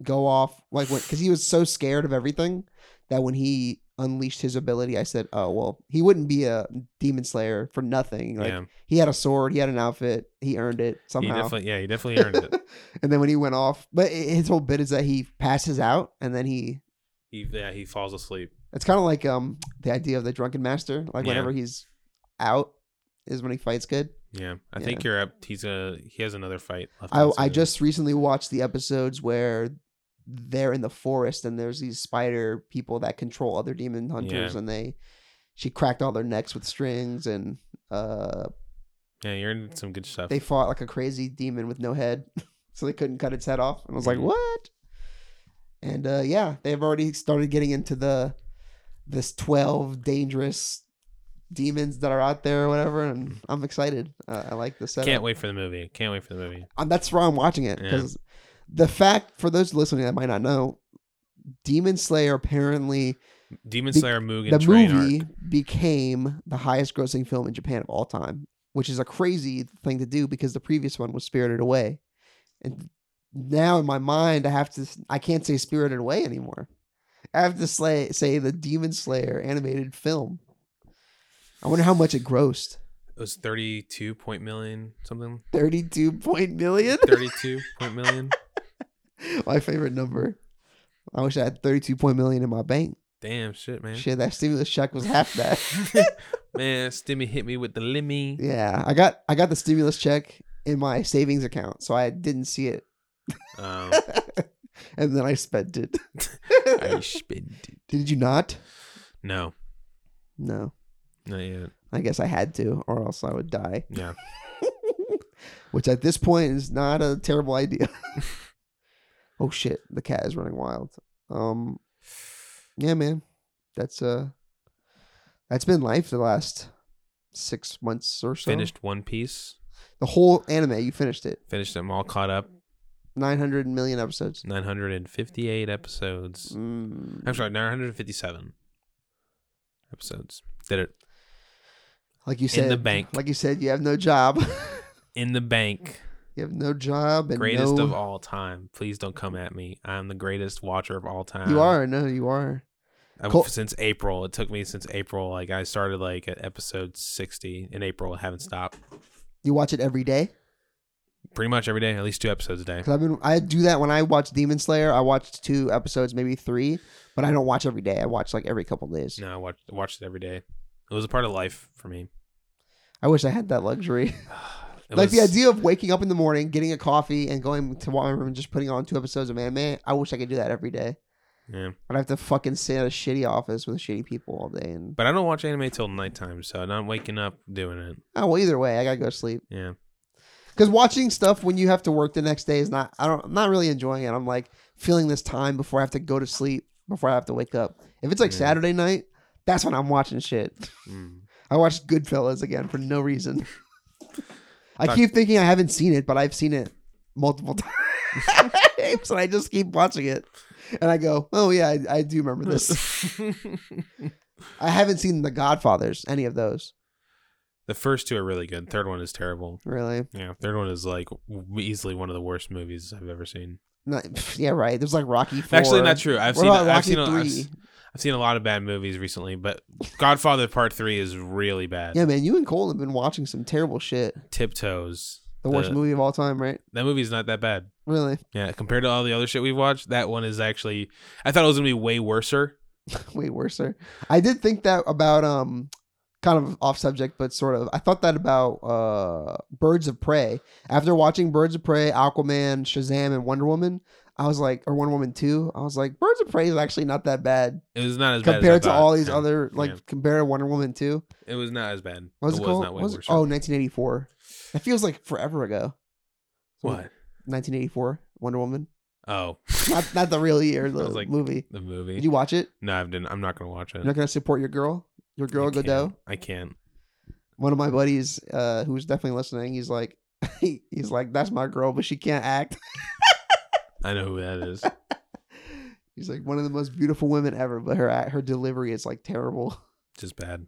Speaker 2: go off like when because he was so scared of everything that when he unleashed his ability, I said, "Oh well, he wouldn't be a demon slayer for nothing. Like
Speaker 3: yeah,
Speaker 2: he had a sword, he had an outfit, he earned it
Speaker 3: he
Speaker 2: somehow."
Speaker 3: definitely, yeah, he definitely earned it.
Speaker 2: and then when he went off, but i- his whole bit is that he passes out and then he.
Speaker 3: He, yeah, he falls asleep.
Speaker 2: It's kind of like um the idea of the drunken master. Like
Speaker 3: Yeah.
Speaker 2: whenever he's out is when he fights good.
Speaker 3: Yeah, I
Speaker 2: Yeah.
Speaker 3: think you're up. He's a he has another fight left.
Speaker 2: I,
Speaker 3: on
Speaker 2: I
Speaker 3: Saturday.
Speaker 2: just recently watched the episodes where they're in the forest and there's these spider people that control other demon hunters and they she cracked all their necks with strings and uh
Speaker 3: yeah, you're in some good stuff.
Speaker 2: they fought like a crazy demon with no head so they couldn't cut its head off and I was like
Speaker 3: Mhm.
Speaker 2: what and uh yeah they've already started getting into the this 12 dangerous demons that are out there or whatever and I'm excited uh, I like the setup
Speaker 3: Can't wait for the movie. Can't wait for the movie.
Speaker 2: um, that's why I'm watching it
Speaker 3: Yeah.
Speaker 2: because the fact for those listening that might not know, Demon Slayer apparently
Speaker 3: Demon
Speaker 2: The-
Speaker 3: Slayer Mugen
Speaker 2: the
Speaker 3: Train
Speaker 2: movie
Speaker 3: arc.
Speaker 2: became the highest grossing film in Japan of all time, which is a crazy thing to do because the previous one was Spirited Away, and now in my mind I have to I can't say Spirited Away anymore. I have to slay, say the Demon Slayer animated film. I wonder how much it grossed.
Speaker 3: It was thirty-two point million something.
Speaker 2: Thirty-two point million.
Speaker 3: Thirty-two point million.
Speaker 2: my favorite number. I wish I had 32 point million in my bank.
Speaker 3: Damn shit, man.
Speaker 2: Shit, that stimulus check was half that.
Speaker 3: man, Stimmy hit me with the lemmy.
Speaker 2: yeah, I got I got the stimulus check in my savings account, so I didn't see it,
Speaker 3: Um,
Speaker 2: and then I spent it.
Speaker 3: I spent it.
Speaker 2: Did you not?
Speaker 3: No,
Speaker 2: No,
Speaker 3: not yet.
Speaker 2: I guess I had to, or else I would die.
Speaker 3: Yeah.
Speaker 2: Which at this point is not a terrible idea. oh shit, the cat is running wild. Um Yeah, man. That's uh that's been life the last six months or so.
Speaker 3: Finished One Piece.
Speaker 2: the whole anime, you finished it.
Speaker 3: Finished them all caught up.
Speaker 2: Nine hundred million episodes.
Speaker 3: 958 episodes.
Speaker 2: Mm.
Speaker 3: I'm sorry, 957 episodes. Did it
Speaker 2: Like you said
Speaker 3: in the bank.
Speaker 2: Like you said, you have no job.
Speaker 3: in the bank.
Speaker 2: you have no job and
Speaker 3: greatest
Speaker 2: no,
Speaker 3: of all time. Please don't come at me. I'm the greatest watcher of all time.
Speaker 2: You are, no, you are.
Speaker 3: I've-
Speaker 2: Col-
Speaker 3: since April. It took me since April. Like I started like at episode 60 in April. I haven't stopped.
Speaker 2: You watch it every day. pretty
Speaker 3: Pretty much every day, at least two episodes a day.
Speaker 2: Because I've been, I do that when I watch Demon Slayer. I watched two episodes, maybe three, but I don't watch every day. I watch like every couple days.
Speaker 3: No, I watched watched it every day. It was a part of life for me.
Speaker 2: I wish I had that luxury.
Speaker 3: It
Speaker 2: like the
Speaker 3: was-
Speaker 2: idea of waking up in the morning, getting a coffee, and going to my room and just putting on two episodes of anime. I wish I could do that every day.
Speaker 3: Yeah.
Speaker 2: But I have to fucking sit at a shitty office with shitty people all day. And
Speaker 3: But I don't watch anime till nighttime, so not waking up doing it.
Speaker 2: oh well, either way, I gotta go to sleep.
Speaker 3: Yeah.
Speaker 2: Because watching stuff when you have to work the next day is not. I don't. I'm not really enjoying it. I'm like feeling this time before I have to go to sleep. Before I have to wake up. If it's like
Speaker 3: Yeah.
Speaker 2: Saturday night, that's when I'm watching shit.
Speaker 3: Mm.
Speaker 2: I watched Goodfellas again for no reason. I
Speaker 3: Doc-
Speaker 2: keep thinking I haven't seen it, but I've seen it multiple times, and I just keep watching it. And I go, "Oh yeah, I, I do remember this." I haven't seen The Godfathers, any of those,
Speaker 3: the first two are really good. Third one is terrible.
Speaker 2: really.
Speaker 3: Yeah. Third one is like w- easily one of the worst movies I've ever seen.
Speaker 2: Not, yeah, right. There's like Rocky. 4.
Speaker 3: Actually, not true. I've
Speaker 2: What
Speaker 3: seen.
Speaker 2: about
Speaker 3: I've
Speaker 2: Rocky
Speaker 3: seen. A, I've,
Speaker 2: Three?
Speaker 3: s- I've seen a lot of bad movies recently, but Godfather Part Three is really bad.
Speaker 2: Yeah, man, you and Cole have been watching some terrible shit.
Speaker 3: Tiptoes.
Speaker 2: The worst movie of all time, right?
Speaker 3: That movie's not that bad.
Speaker 2: Really?
Speaker 3: Yeah, compared to all the other shit we've watched, that one is actually. I thought it was gonna be way worser.
Speaker 2: Way worse. sir. I did think that about um kind of off subject, but sort of. I thought that about uh Birds of Prey. After watching Birds of Prey, Aquaman, Shazam, and Wonder Woman, I was like, or Wonder Woman 2, I was like, Birds of Prey is actually not that bad
Speaker 3: It was not as bad as I
Speaker 2: compared to
Speaker 3: thought.
Speaker 2: all these
Speaker 3: Yeah.
Speaker 2: other like
Speaker 3: Yeah.
Speaker 2: compared to Wonder Woman 2.
Speaker 3: It was not as bad.
Speaker 2: What was it,
Speaker 3: was
Speaker 2: called?
Speaker 3: not way
Speaker 2: What was it?
Speaker 3: worse.
Speaker 2: Oh, 1984. That feels like forever ago.
Speaker 3: what?
Speaker 2: 1984, Wonder Woman.
Speaker 3: Oh,
Speaker 2: Not not the real year, the
Speaker 3: was like-
Speaker 2: movie.
Speaker 3: the movie.
Speaker 2: Did you watch it?
Speaker 3: no, I've didn't. I'm not gonna watch it.
Speaker 2: You're not gonna support your girl, your girl
Speaker 3: I can't.
Speaker 2: Godot.
Speaker 3: I can't.
Speaker 2: One of my buddies, uh, who's definitely listening, he's like, he, he's like, that's my girl, but she can't act.
Speaker 3: I know who that is.
Speaker 2: He's like one of the most beautiful women ever, but her act- her delivery is like terrible.
Speaker 3: Just bad.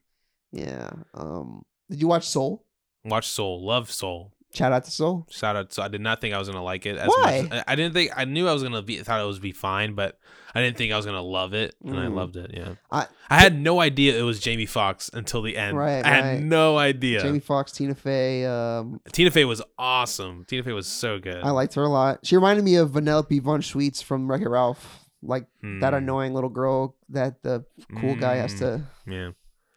Speaker 2: Yeah. Um. Did you watch Soul?
Speaker 3: Watch Soul. Love Soul.
Speaker 2: Shout out to Soul.
Speaker 3: Shout out. So I did not think I was gonna like it. As
Speaker 2: Why?
Speaker 3: Much as, I- I didn't think I knew I was gonna be. Thought it was be fine, but I didn't think I was gonna love it, and I
Speaker 2: Mm.
Speaker 3: loved it. Yeah.
Speaker 2: I-
Speaker 3: I had no idea it was Jamie Foxx until the end.
Speaker 2: Right,
Speaker 3: I had
Speaker 2: right.
Speaker 3: no idea.
Speaker 2: Jamie Foxx, Tina Fey. Um.
Speaker 3: Tina Fey was awesome. Tina Fey was so good.
Speaker 2: I liked her a lot. She reminded me of Vanellope Von Sweets from Wreck It Ralph, like
Speaker 3: Hmm.
Speaker 2: that annoying little girl that the cool guy has
Speaker 3: Mm.
Speaker 2: to
Speaker 3: Yeah.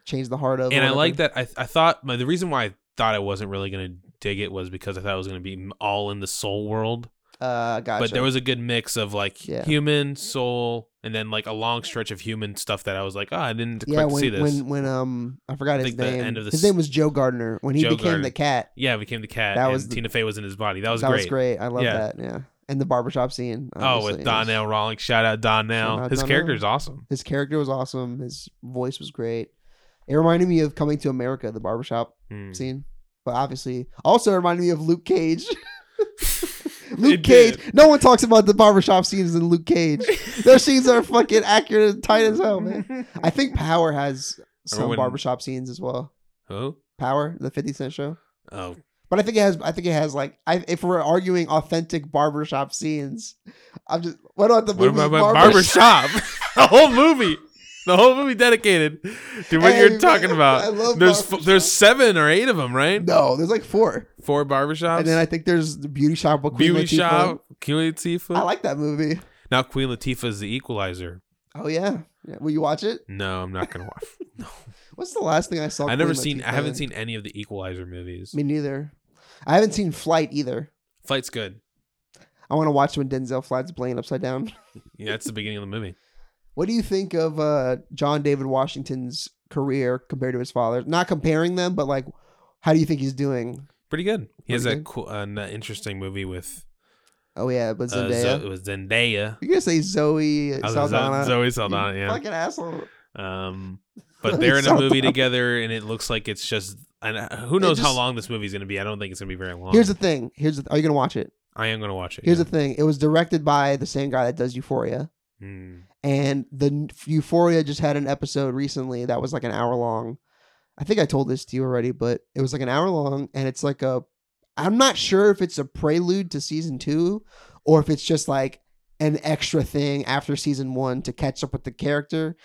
Speaker 2: change the heart of. or
Speaker 3: And I
Speaker 2: whatever.
Speaker 3: like that. I I thought my, the reason why I thought I wasn't really gonna dig it was because I thought it was gonna be all in the soul world.
Speaker 2: Uh, gotcha.
Speaker 3: but there was a good mix of like
Speaker 2: Yeah.
Speaker 3: human soul and then like a long stretch of human stuff that I was like, oh, I didn't expect
Speaker 2: yeah,
Speaker 3: to
Speaker 2: when,
Speaker 3: see this.
Speaker 2: when when um I forgot
Speaker 3: I
Speaker 2: his
Speaker 3: think the
Speaker 2: name.
Speaker 3: end of the
Speaker 2: his
Speaker 3: s-
Speaker 2: name was Joe Gardner. When he
Speaker 3: Joe
Speaker 2: became
Speaker 3: Gardner.
Speaker 2: the cat,
Speaker 3: yeah, it became the cat.
Speaker 2: That
Speaker 3: and
Speaker 2: was the-
Speaker 3: Tina Fey was in his body. That was
Speaker 2: that
Speaker 3: great.
Speaker 2: was great. I love
Speaker 3: Yeah.
Speaker 2: that. Yeah, and the barbershop scene.
Speaker 3: Oh,
Speaker 2: obviously,
Speaker 3: with
Speaker 2: is-
Speaker 3: Donnell Rawlings, shout out Donnell.
Speaker 2: Shout out
Speaker 3: his
Speaker 2: Donnell.
Speaker 3: character is awesome.
Speaker 2: his character was awesome. His voice was great. It reminded me of Coming to America, the barbershop
Speaker 3: Hmm.
Speaker 2: scene. But obviously, also reminded me of Luke Cage. Luke
Speaker 3: It
Speaker 2: Cage.
Speaker 3: did.
Speaker 2: No one talks about the barbershop scenes in Luke Cage. Those scenes are fucking accurate and tight as hell, oh, man. I think Power has some
Speaker 3: when-
Speaker 2: barbershop scenes as well.
Speaker 3: Who?
Speaker 2: Power, the 50 Cent show.
Speaker 3: Oh,
Speaker 2: But I think it has. I think it has like. I, if we're arguing authentic barbershop scenes, I'm just. What about the
Speaker 3: what
Speaker 2: movie
Speaker 3: about my barbershop? the whole movie. The whole movie dedicated to what
Speaker 2: Hey,
Speaker 3: you're
Speaker 2: man,
Speaker 3: talking about.
Speaker 2: I love
Speaker 3: there's f-
Speaker 2: barbershop.
Speaker 3: there's seven or eight of them, right?
Speaker 2: No, there's like four.
Speaker 3: Four barbershops.
Speaker 2: And then I think there's the beauty shop. with Queen
Speaker 3: Beauty
Speaker 2: Latifah.
Speaker 3: shop. Queen Latifah.
Speaker 2: I like that movie.
Speaker 3: now Queen Latifah is the equalizer.
Speaker 2: Oh yeah. yeah. Will you watch it?
Speaker 3: No, I'm not gonna watch. No,
Speaker 2: What's the last thing I saw?
Speaker 3: I never
Speaker 2: Queen
Speaker 3: seen. I
Speaker 2: Latifah
Speaker 3: haven't
Speaker 2: in?
Speaker 3: seen any of the Equalizer movies.
Speaker 2: Me neither. I haven't seen Flight either.
Speaker 3: Flight's good.
Speaker 2: I want to watch when Denzel flies a plane upside down.
Speaker 3: Yeah, that's the beginning of the movie.
Speaker 2: What do you think of uh, John David Washington's career compared to his father. Not comparing them, but like, how do you think he's doing?
Speaker 3: Pretty good. He has
Speaker 2: Pretty
Speaker 3: a cool, an interesting movie with
Speaker 2: Oh yeah, but
Speaker 3: uh,
Speaker 2: Zendaya.
Speaker 3: Zo- it was Zendaya.
Speaker 2: You're gonna say Zoe
Speaker 3: I was gonna say
Speaker 2: Saldana?
Speaker 3: Zoe
Speaker 2: You
Speaker 3: Saldana, yeah.
Speaker 2: Fucking asshole.
Speaker 3: Um, but they're in a
Speaker 2: Saldana.
Speaker 3: movie together, and it looks like it's just. And uh, who
Speaker 2: It
Speaker 3: knows how
Speaker 2: just-
Speaker 3: long this movie's going to be? I don't think it's going to be very long.
Speaker 2: Here's the thing. Here's the th- are you gonna watch it?
Speaker 3: I am going to watch it.
Speaker 2: Here's
Speaker 3: yeah.
Speaker 2: the thing. It was directed by the same guy that does Euphoria,
Speaker 3: Mm.
Speaker 2: and the n- Euphoria just had an episode recently that was like an hour long. I think I told this to you already, but it was like an hour long, and it's like a. I'm not sure if it's a prelude to season two, or if it's just like an extra thing after season one to catch up with the character,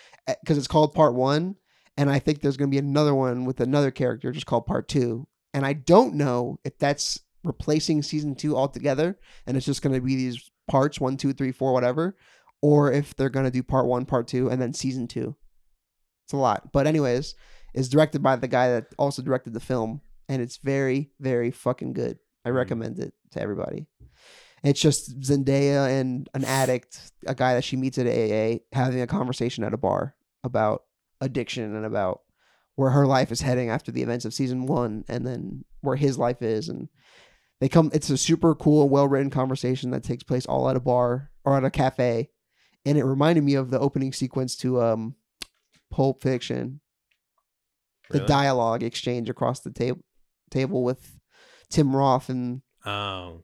Speaker 2: because it's called part one, and I think there's gonna be another one with another character just called part two, and I don't know if that's replacing season two altogether, and it's just gonna be these parts one, two, three, four, whatever, or if they're gonna do part one, part two, and then season two. It's a lot, but anyways is directed by the guy that also directed the film, and it's very, very fucking good. I
Speaker 3: Mhm.
Speaker 2: recommend it to everybody. It's just Zendaya and an addict, a guy that she meets at AA, having a conversation at a bar about addiction and about where her life is heading after the events of season one, and then where his life is, and they come. It's a super cool and well written conversation that takes place all at a bar or at a cafe, and it reminded me of the opening sequence to um, Pulp Fiction the
Speaker 3: Really?
Speaker 2: dialogue exchange across the table table with Tim Roth and
Speaker 3: Oh.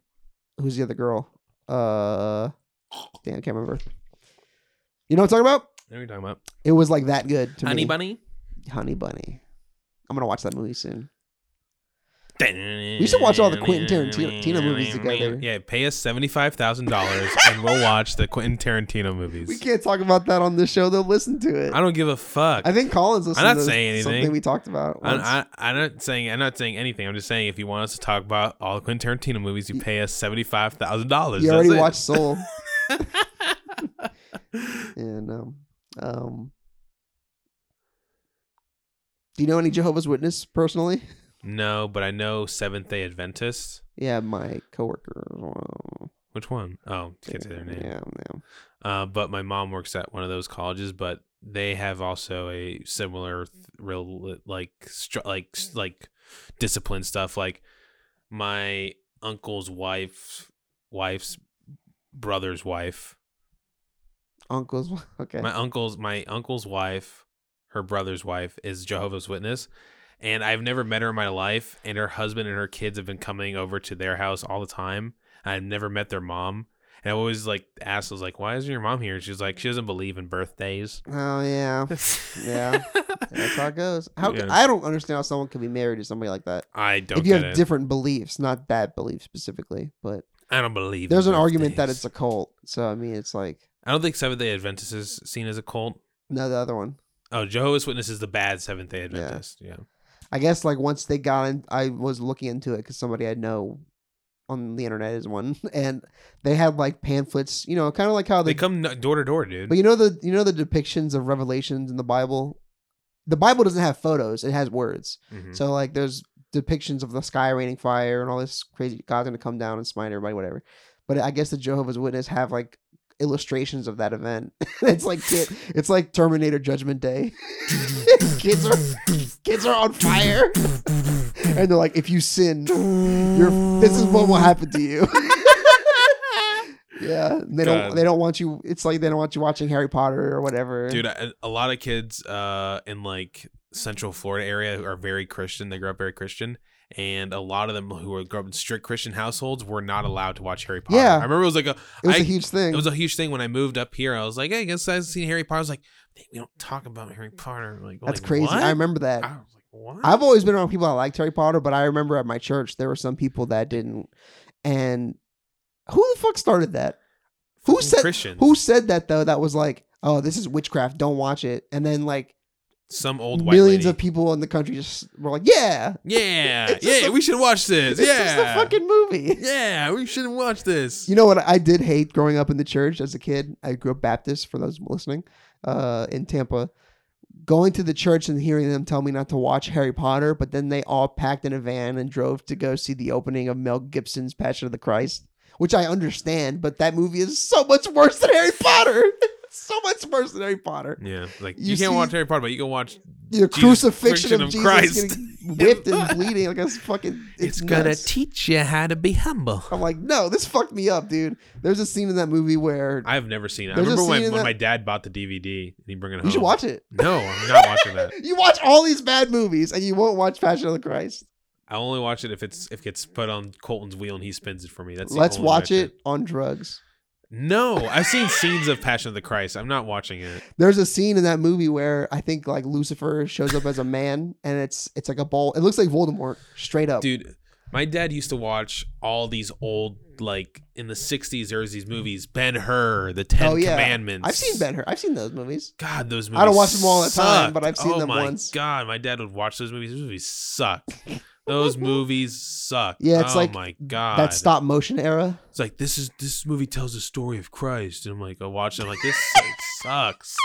Speaker 2: who's the other girl? Uh damn, I can't remember. You know what I'm talking about?
Speaker 3: What are you talking about?
Speaker 2: It was like that good to
Speaker 3: Honey
Speaker 2: me.
Speaker 3: Bunny?
Speaker 2: Honey Bunny. I'm gonna watch that movie soon. should watch all the Quentin Tarantino movies together.
Speaker 3: Yeah, pay us $75,000 and we'll watch the Quentin Tarantino movies.
Speaker 2: We can't talk about that on this show. They'll listen to it.
Speaker 3: I don't give a fuck.
Speaker 2: I think Collins listened
Speaker 3: not
Speaker 2: to
Speaker 3: saying
Speaker 2: something
Speaker 3: anything.
Speaker 2: we talked about.
Speaker 3: I'm,
Speaker 2: once.
Speaker 3: I, I'm not saying I'm not saying anything. I'm just saying if you want us to talk about all the Quentin Tarantino movies, you pay us seventy five thousand dollars.
Speaker 2: you already
Speaker 3: it.
Speaker 2: watched Soul. and um, um, do you know any Jehovah's Witness personally?
Speaker 3: No, but I know Seventh Day Adventists.
Speaker 2: Yeah, my coworker. um,
Speaker 3: Which one? Oh, can't say their name.
Speaker 2: Yeah, yeah.
Speaker 3: Uh, but my mom works at one of those colleges, but they have also a similar th- real like stru- like s- like discipline stuff. Like my uncle's wife, wife's brother's wife.
Speaker 2: Uncle's. Okay.
Speaker 3: My uncle's my uncle's wife, her brother's wife is Jehovah's Witness, and I've never met her in my life. And her husband and her kids have been coming over to their house all the time. I've never met their mom, and I always like asked, I was like, "Why is your mom here?" She's like, "She doesn't believe in birthdays."
Speaker 2: oh yeah, Yeah. that's how it goes. How
Speaker 3: Yeah.
Speaker 2: I don't understand how someone can be married to somebody like that.
Speaker 3: I don't
Speaker 2: if you
Speaker 3: get
Speaker 2: have
Speaker 3: it.
Speaker 2: different beliefs, not that belief specifically, but
Speaker 3: I don't believe.
Speaker 2: there's
Speaker 3: in
Speaker 2: an argument that
Speaker 3: birthdays.
Speaker 2: it's a cult. So I mean, it's like
Speaker 3: I don't think Seventh Day Adventist is seen as a cult.
Speaker 2: no, the other one.
Speaker 3: Oh, Jehovah's Witness is the bad Seventh Day Adventist. Yeah.
Speaker 2: I guess like once they got in, I was looking into it because somebody I know on the internet is one, and they had like pamphlets. You know, kind of like how
Speaker 3: They
Speaker 2: they
Speaker 3: come kn- door to door, dude.
Speaker 2: But you know the you know the depictions of revelations in the Bible. The Bible doesn't have photos; it has words.
Speaker 3: Mhm.
Speaker 2: So like, there's depictions of the sky raining fire and all this crazy. God's gonna come down and smite everybody, whatever. But I guess the Jehovah's Witness have like illustrations of that event. it's like kid, it's like Terminator Judgment Day. kids are kids are on fire,
Speaker 3: Mm-hmm.
Speaker 2: and they're like, if you sin, you're, this is what will happen to you. Yeah, and they don't.
Speaker 3: God.
Speaker 2: They don't want you. It's like they don't want you watching Harry Potter or whatever.
Speaker 3: dude I, a lot of kids uh in like central florida area who are very christian they grew up very christian and a lot of them who were, grew up in strict christian households were not allowed to watch harry potter
Speaker 2: Yeah.
Speaker 3: i remember it was like a
Speaker 2: it was a
Speaker 3: I-
Speaker 2: huge thing.
Speaker 3: it was a huge thing when i moved up here i was like hey i guess i've seen harry potter i was like "Hey, we don't talk about harry potter like
Speaker 2: That's
Speaker 3: like,
Speaker 2: crazy.
Speaker 3: what?
Speaker 2: I remember that.
Speaker 3: I was like what
Speaker 2: I've always been around people that liked Harry Potter, but I remember at my church there were some people that didn't. And who the fuck started that? Who
Speaker 3: Fucking
Speaker 2: said
Speaker 3: christian
Speaker 2: who said that though? That was like, oh, this is witchcraft. Don't watch it. And then like
Speaker 3: some old white
Speaker 2: millions
Speaker 3: lady.
Speaker 2: of people in the country just were like, yeah,
Speaker 3: yeah
Speaker 2: It's just
Speaker 3: yeah
Speaker 2: a-
Speaker 3: we should watch this
Speaker 2: it's
Speaker 3: yeah
Speaker 2: just a fucking movie.
Speaker 3: yeah we should watch this
Speaker 2: You know what I did hate growing up in the church as a kid? I grew up Baptist for those listening uh, in Tampa. Going to the church and hearing them tell me not to watch Harry Potter, but then they all packed in a van and drove to go see the opening of Mel Gibson's Passion of the Christ, which I understand, but that movie is so much worse than Harry Potter. It's so much worse than Harry Potter.
Speaker 3: Yeah, like
Speaker 2: You
Speaker 3: you, can't
Speaker 2: see-
Speaker 3: watch Harry Potter, but you can watch.
Speaker 2: The
Speaker 3: Jesus,
Speaker 2: crucifixion of,
Speaker 3: of
Speaker 2: Jesus
Speaker 3: Christ.
Speaker 2: getting whipped and bleeding like that's fucking. It's, nuts.
Speaker 3: teach you how to be humble.
Speaker 2: I'm like, no, this fucked me up, dude. There's a scene in that movie where
Speaker 3: I've never seen it. I
Speaker 2: There's a
Speaker 3: remember when,
Speaker 2: scene in
Speaker 3: when
Speaker 2: that-
Speaker 3: my dad bought the DVD and he bring it home.
Speaker 2: you should watch it.
Speaker 3: No, I'm not watching that.
Speaker 2: You watch all these bad movies and you won't watch Passion of the Christ.
Speaker 3: I only watch it if it's if it gets put on Colton's wheel and he spins it for me. That's the
Speaker 2: Let's
Speaker 3: only
Speaker 2: watch
Speaker 3: way I
Speaker 2: it on drugs.
Speaker 3: can- No, I've seen scenes of Passion of the Christ. I'm not watching it.
Speaker 2: There's a scene in that movie where I think like Lucifer shows up as a man and it's it's like a ball. It looks like Voldemort straight up.
Speaker 3: Dude, my dad used to watch all these old like in the 60s there was these movies, Ben-Hur, The 10
Speaker 2: Oh, yeah.
Speaker 3: Commandments.
Speaker 2: I've seen Ben Hur. I've seen those movies.
Speaker 3: God, those movies.
Speaker 2: I don't watch them all the time, but
Speaker 3: sucked.
Speaker 2: I've seen
Speaker 3: Oh
Speaker 2: them
Speaker 3: my
Speaker 2: once.
Speaker 3: God, my dad would watch those movies. Those movies suck. those movies suck.
Speaker 2: Yeah, it's
Speaker 3: oh
Speaker 2: like
Speaker 3: my God.
Speaker 2: That stop motion era.
Speaker 3: It's like this is this movie tells the story of Christ, and I'm like, I watch it. I'm like, this it sucks.